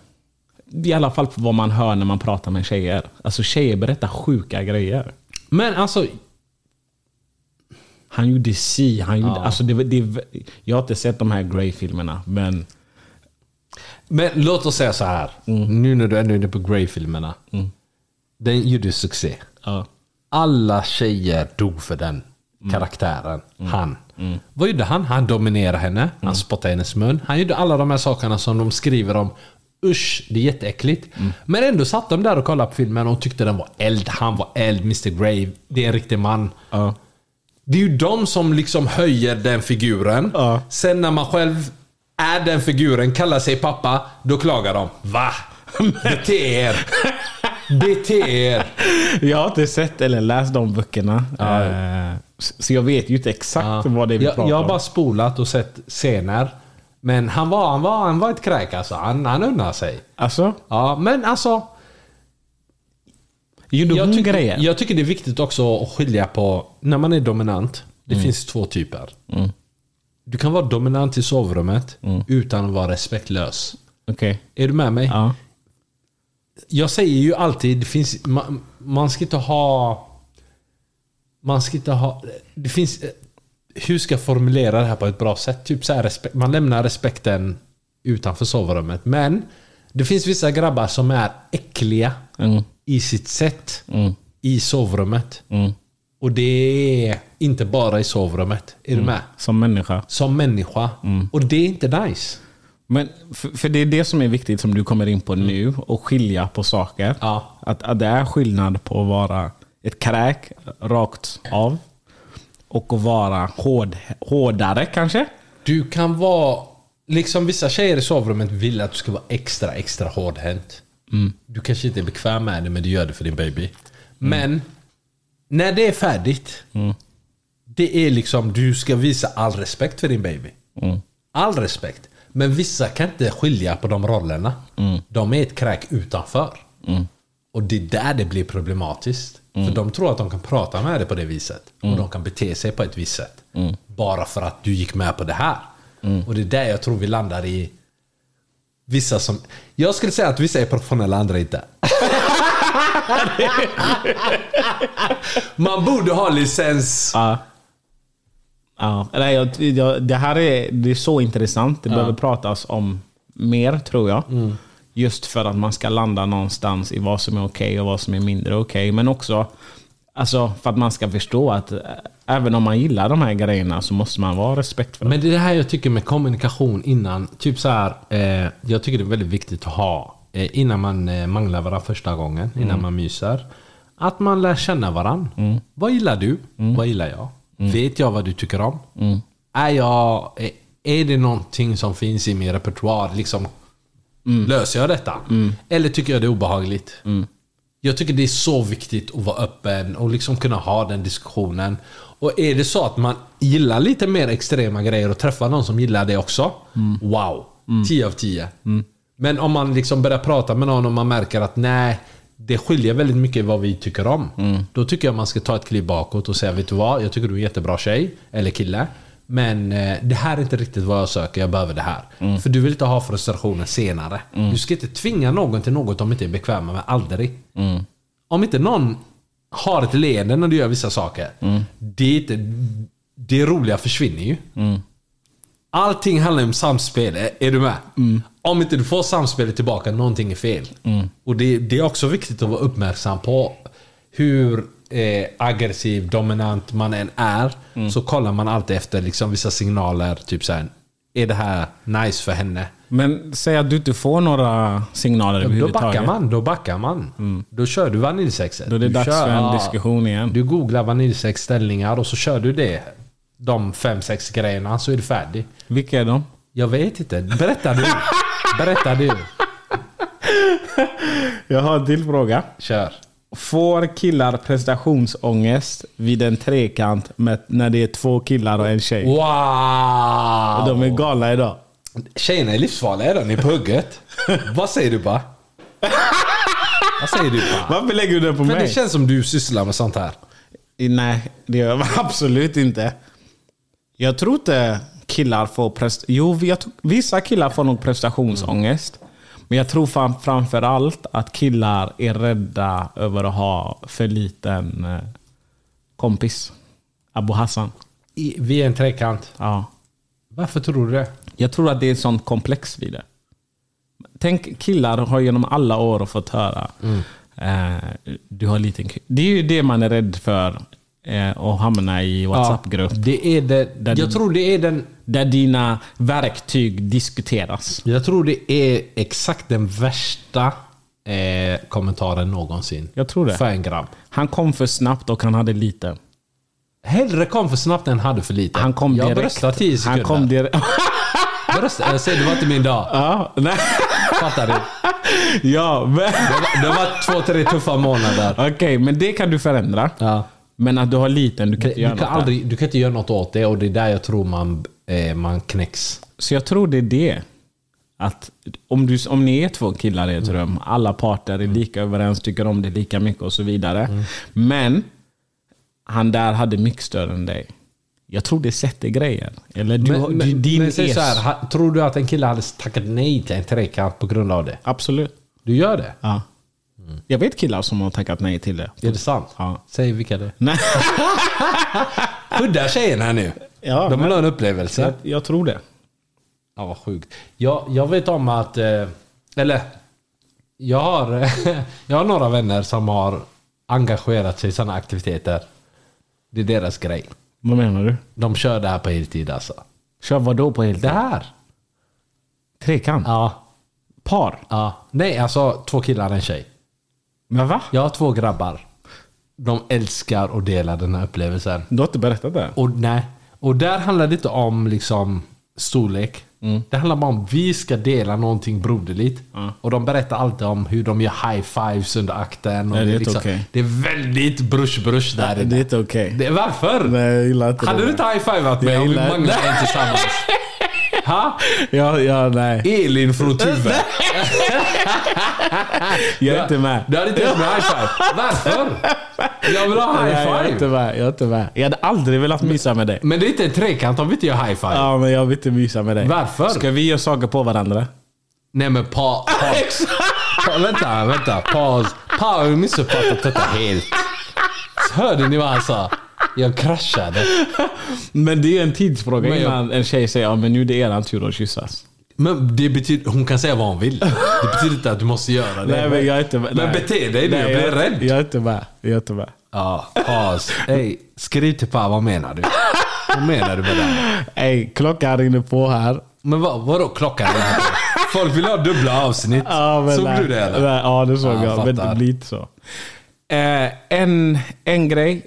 Speaker 2: I alla fall på vad man hör när man pratar med tjejer. Alltså tjejer berättar sjuka grejer.
Speaker 3: Men alltså,
Speaker 2: Han gjorde si, han gjorde... Alltså det, var- det, var- jag har inte sett de här Grey-filmerna, men...
Speaker 3: Men låt oss säga så här. Nu när du ändå är inne på Grey-filmerna. Den gjorde succé.
Speaker 2: Ja.
Speaker 3: Alla tjejer dog för den karaktären. Han. Vad gjorde han? Han dominerade henne. Han spottade i hennes mun. Han gjorde alla de här sakerna som de skriver om. Usch, det är jätteäckligt. Men ändå satt de där och kollade på filmen och tyckte den var eld. Han var eld. Mr Grave. Det är en riktig man.
Speaker 2: Ja.
Speaker 3: Det är ju de som liksom höjer den figuren.
Speaker 2: Ja.
Speaker 3: Sen när man själv är den figuren, kallar sig pappa, då klagar de. Va? Bete er! Bete er!
Speaker 2: Jag har inte sett eller läst de böckerna. Eh, s- Så jag vet ju inte exakt vad det är vi
Speaker 3: jag,
Speaker 2: pratar
Speaker 3: jag har
Speaker 2: om.
Speaker 3: bara spolat och sett scener. Men han var, han var, han var ett kräk alltså. Han, han unnar sig.
Speaker 2: Alltså?
Speaker 3: Ja, men alltså.
Speaker 2: Gjorde
Speaker 3: jag,
Speaker 2: hon
Speaker 3: tycker,
Speaker 2: grejer?
Speaker 3: jag tycker det är viktigt också att skilja på, när man är dominant, det
Speaker 2: Mm.
Speaker 3: finns två typer. Du kan vara dominant i sovrummet utan att vara respektlös.
Speaker 2: Okej.
Speaker 3: Är du med mig?
Speaker 2: Mm. Ja.
Speaker 3: Jag säger ju alltid, det finns, man, man ska inte ha... Man ska inte ha... Det finns... Hur ska jag formulera det här på ett bra sätt? Typ så här, respekt, man lämnar respekten utanför sovrummet. Men det finns vissa grabbar som är äckliga i sitt sätt i sovrummet. Och det är inte bara i sovrummet. Är du med?
Speaker 2: Som människa.
Speaker 3: Som människa. Och det är inte nice.
Speaker 2: Men för, för det är det som är viktigt som du kommer in på nu och skilja på saker.
Speaker 3: Ja.
Speaker 2: Att, att det är skillnad på att vara ett kräk rakt av och att vara hård, hårdare kanske.
Speaker 3: Du kan vara... Liksom vissa tjejer i sovrummet vill att du ska vara extra, extra hårdhänt. Du kanske inte är bekväm med det, men du gör det för din baby. Men när det är färdigt, det är liksom du ska visa all respekt för din baby. All respekt. Men vissa kan inte skilja på de rollerna. De är ett kräk utanför. Och det är där det blir problematiskt. För de tror att de kan prata med dig på det viset. Och de kan bete sig på ett visst sätt. Bara för att du gick med på det här. Och det är där jag tror vi landar i vissa som... Jag skulle säga att vissa är professionella, andra inte. Man borde ha licens.
Speaker 2: Ja. Nej, jag, jag, det här är, det är så intressant. Det behöver pratas om mer tror jag. Just för att man ska landa någonstans i vad som är okej och vad som är mindre okej. Men också alltså, för att man ska förstå att eh, även om man gillar de här grejerna så måste man vara respektfull.
Speaker 3: Men det är det här jag tycker med kommunikation innan. Typ så här, eh, jag tycker det är väldigt viktigt att ha eh, innan man eh, manglar varandra första gången, innan man myser. Att man lär känna varandra. Vad gillar du? Vad gillar jag? Vet jag vad du tycker om? Är, jag, eh, är det någonting som finns i min repertoar? Liksom, Löser jag detta? Eller tycker jag det är obehagligt? Jag tycker det är så viktigt att vara öppen och liksom kunna ha den diskussionen. Och är det så att man gillar lite mer extrema grejer och träffar någon som gillar det också. Wow! 10 av 10. Men om man liksom börjar prata med någon och man märker att nej, det skiljer väldigt mycket vad vi tycker om. Då tycker jag man ska ta ett kliv bakåt och säga vet du vad? Jag tycker du är en jättebra tjej eller kille. Men eh, det här är inte riktigt vad jag söker, jag behöver det här. För du vill inte ha frustrationen senare. Du ska inte tvinga någon till något de inte är bekväma med, aldrig. Om inte någon har ett leende när du gör vissa saker,
Speaker 2: Mm.
Speaker 3: det, är inte, det roliga försvinner ju.
Speaker 2: Mm.
Speaker 3: Allting handlar om samspel, är är du med?
Speaker 2: Mm.
Speaker 3: Om inte du får samspelet tillbaka, någonting är fel. Och det, det är också viktigt att vara uppmärksam på hur eh, aggressiv, dominant man än är.
Speaker 2: Mm.
Speaker 3: Så kollar man alltid efter liksom, vissa signaler, typ såhär, är det här nice för henne?
Speaker 2: Men säg att du inte får några signaler
Speaker 3: Då backar
Speaker 2: överhuvudtaget.
Speaker 3: man, då backar man. Då kör du vaniljsexet.
Speaker 2: Mm. Då är det
Speaker 3: du
Speaker 2: dags
Speaker 3: kör-
Speaker 2: för en
Speaker 3: ja.
Speaker 2: diskussion igen.
Speaker 3: Du googlar vaniljsexställningar och så kör du det. De fem, sex grejerna så är du färdig.
Speaker 2: Vilka är de?
Speaker 3: Jag vet inte. Berätta du. Berätta du.
Speaker 2: Jag har en till fråga.
Speaker 3: Kör.
Speaker 2: Får killar prestationsångest vid en trekant med, när det är två killar och en tjej? Och
Speaker 3: Wow!
Speaker 2: de är galna idag.
Speaker 3: Tjejerna är livsfarliga idag, ni är på hugget. Vad säger du bara? Vad säger du bara?
Speaker 2: Varför lägger du det på
Speaker 3: Men
Speaker 2: mig?
Speaker 3: det känns som du sysslar med sånt här.
Speaker 2: Nej, det gör jag absolut inte. Jag tror inte killar får prest... Jo, vi- jag tror- vissa killar får nog prestationsångest. Men jag tror fram, framför allt att killar är rädda över att ha för liten eh, kompis. Abu Hassan.
Speaker 3: I, vi är en trekant.
Speaker 2: Ja.
Speaker 3: Varför tror du det?
Speaker 2: Jag tror att det är ett sånt komplex vid det. Tänk killar har genom alla år fått höra Eh, du har en liten ku- Det är ju det man är rädd för. Eh, att hamna i WhatsApp-grupp.
Speaker 3: det är det, jag tror det är den...
Speaker 2: Där dina verktyg diskuteras.
Speaker 3: Jag tror det är exakt den värsta eh, kommentaren någonsin.
Speaker 2: Jag tror det.
Speaker 3: För en grabb.
Speaker 2: Han kom för snabbt och han hade lite.
Speaker 3: Hellre kom för snabbt än hade för lite.
Speaker 2: Han kom
Speaker 3: jag
Speaker 2: direkt.
Speaker 3: bröstade 10 sekunder.
Speaker 2: Han kom direkt.
Speaker 3: jag, bröstade, jag säger det var inte min dag.
Speaker 2: ja, nej.
Speaker 3: Fattar du?
Speaker 2: ja, men...
Speaker 3: Det var, det var två, tre tuffa månader.
Speaker 2: Okej, men det kan du förändra.
Speaker 3: Ja.
Speaker 2: Men att du har liten, du kan
Speaker 3: Det,
Speaker 2: inte göra
Speaker 3: du, kan
Speaker 2: något där.
Speaker 3: aldrig, du kan inte göra något åt det och det är där jag tror man, eh, man knäcks.
Speaker 2: Så jag tror det är det. Att om, du, om ni är två killar i ett rum, alla parter är lika överens, tycker om det lika mycket och så vidare.
Speaker 3: Mm.
Speaker 2: Men han där hade mycket större än dig. Jag tror det sätter grejer. Eller du, har- du, din
Speaker 3: men säg
Speaker 2: är...
Speaker 3: så här, ha- tror du att en kille hade tackat nej till en trekant på grund av det?
Speaker 2: Absolut.
Speaker 3: Du gör det?
Speaker 2: Ja. Jag vet killar som har tackat nej till det.
Speaker 3: Är det sant?
Speaker 2: Ja.
Speaker 3: Säg vilka det är.
Speaker 2: Nej.
Speaker 3: Huddar tjejerna nu.
Speaker 2: Ja,
Speaker 3: De vill
Speaker 2: men-
Speaker 3: ha en upplevelse.
Speaker 2: Jag, jag tror det.
Speaker 3: Ja, vad sjukt. Jag, jag vet om att... eh, Eller... Jag har, jag har några vänner som har engagerat sig i sådana aktiviteter. Det är deras grej.
Speaker 2: Vad menar du?
Speaker 3: De kör det här på heltid alltså.
Speaker 2: Kör vad då på heltid?
Speaker 3: Det här?
Speaker 2: Trekant?
Speaker 3: Ja.
Speaker 2: Par?
Speaker 3: ja. Nej, alltså två killar och en tjej.
Speaker 2: Men va?
Speaker 3: Jag har två grabbar. De älskar att dela den här upplevelsen.
Speaker 2: Du har inte berättat det?
Speaker 3: Och, nej. och där handlar det inte om liksom, storlek.
Speaker 2: Mm.
Speaker 3: Det handlar bara om att vi ska dela någonting broderligt. Och de berättar alltid om hur de gör high-fives under akten. Och
Speaker 2: Nej, det är inte
Speaker 3: liksom,
Speaker 2: okej.
Speaker 3: det är väldigt brush-brush där inne.
Speaker 2: Det är inte okej.
Speaker 3: Det- Varför?
Speaker 2: Nej, jag gillar inte
Speaker 3: Hade
Speaker 2: det
Speaker 3: du inte high-fivat mig
Speaker 2: Jag
Speaker 3: om vi
Speaker 2: gillar-
Speaker 3: manglade en tillsammans? ha?
Speaker 2: Ja, ja, nej.
Speaker 3: Elin från Tuve.
Speaker 2: Jag är inte med.
Speaker 3: Du hade inte gjort med high-five. Varför? Jag vill ha
Speaker 2: Nej, jag är inte
Speaker 3: high-five.
Speaker 2: med. Jag är inte med. Jag hade aldrig velat mysa med dig.
Speaker 3: Men det är inte en trekant om vi inte gör high-five.
Speaker 2: Ja, men jag vill inte mysa med dig.
Speaker 3: Varför?
Speaker 2: Ska vi göra saker på varandra?
Speaker 3: Nej men pa... pa, pa vänta, vänta. Paus. Paus, jag missuppfattat detta helt. Hörde ni vad han sa? Jag kraschade.
Speaker 2: Men det är en tidsfråga
Speaker 3: Men jag-
Speaker 2: innan en tjej säger ja, men nu är det eran tur att kyssas.
Speaker 3: Men det betyder... Hon kan säga vad hon vill. Det betyder inte att du måste göra det.
Speaker 2: Nej, men jag är inte med.
Speaker 3: Men
Speaker 2: Nej.
Speaker 3: bete dig nu,
Speaker 2: Nej,
Speaker 3: jag blir rädd.
Speaker 2: Jag är inte med. Jag är inte med.
Speaker 3: Ja, paus. Ey, skriv till Pa, vad menar du? Vad menar du med det?
Speaker 2: Ey, klockan ringer på här.
Speaker 3: Men vad, vadå klockan? är? Folk vill ha dubbla avsnitt.
Speaker 2: Ja, men
Speaker 3: Såg
Speaker 2: nej.
Speaker 3: du det eller?
Speaker 2: Nej, ja, det såg
Speaker 3: Ja,
Speaker 2: jag. Men
Speaker 3: fattar.
Speaker 2: det blir inte så. Eh, en, en grej.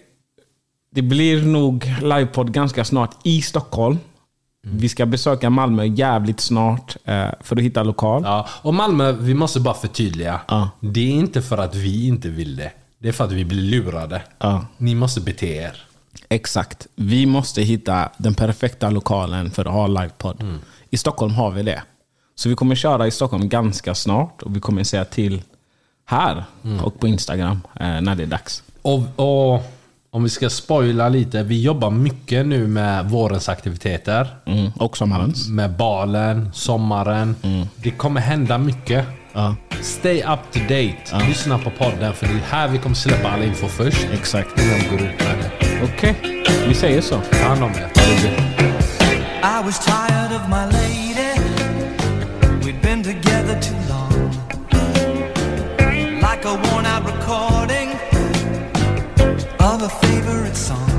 Speaker 2: Det blir nog livepodd ganska snart i Stockholm. Vi ska besöka Malmö jävligt snart eh, för att hitta lokal.
Speaker 3: Ja, och Malmö, vi måste bara förtydliga.
Speaker 2: Ja.
Speaker 3: Det är inte för att vi inte vill det. Det är för att vi blir lurade.
Speaker 2: Ja.
Speaker 3: Ni måste bete er.
Speaker 2: Exakt. Vi måste hitta den perfekta lokalen för att ha livepodd. I Stockholm har vi det. Så vi kommer köra i Stockholm ganska snart och vi kommer säga till här och på Instagram eh, när det är dags.
Speaker 3: Och, och om vi ska spoila lite. Vi jobbar mycket nu med vårens aktiviteter.
Speaker 2: Mm. Och sommarens.
Speaker 3: Med balen, sommaren. Det kommer hända mycket.
Speaker 2: Ja.
Speaker 3: Stay up to date. Lyssna på podden för det är här vi kommer släppa all info först.
Speaker 2: Exakt.
Speaker 3: Innan vi går ut med det.
Speaker 2: Okej, vi säger så.
Speaker 3: Ta hand om er. Ha det gött.
Speaker 8: I was tired of my lady. We'd been together too long. Like a worn out recording of a favorite song.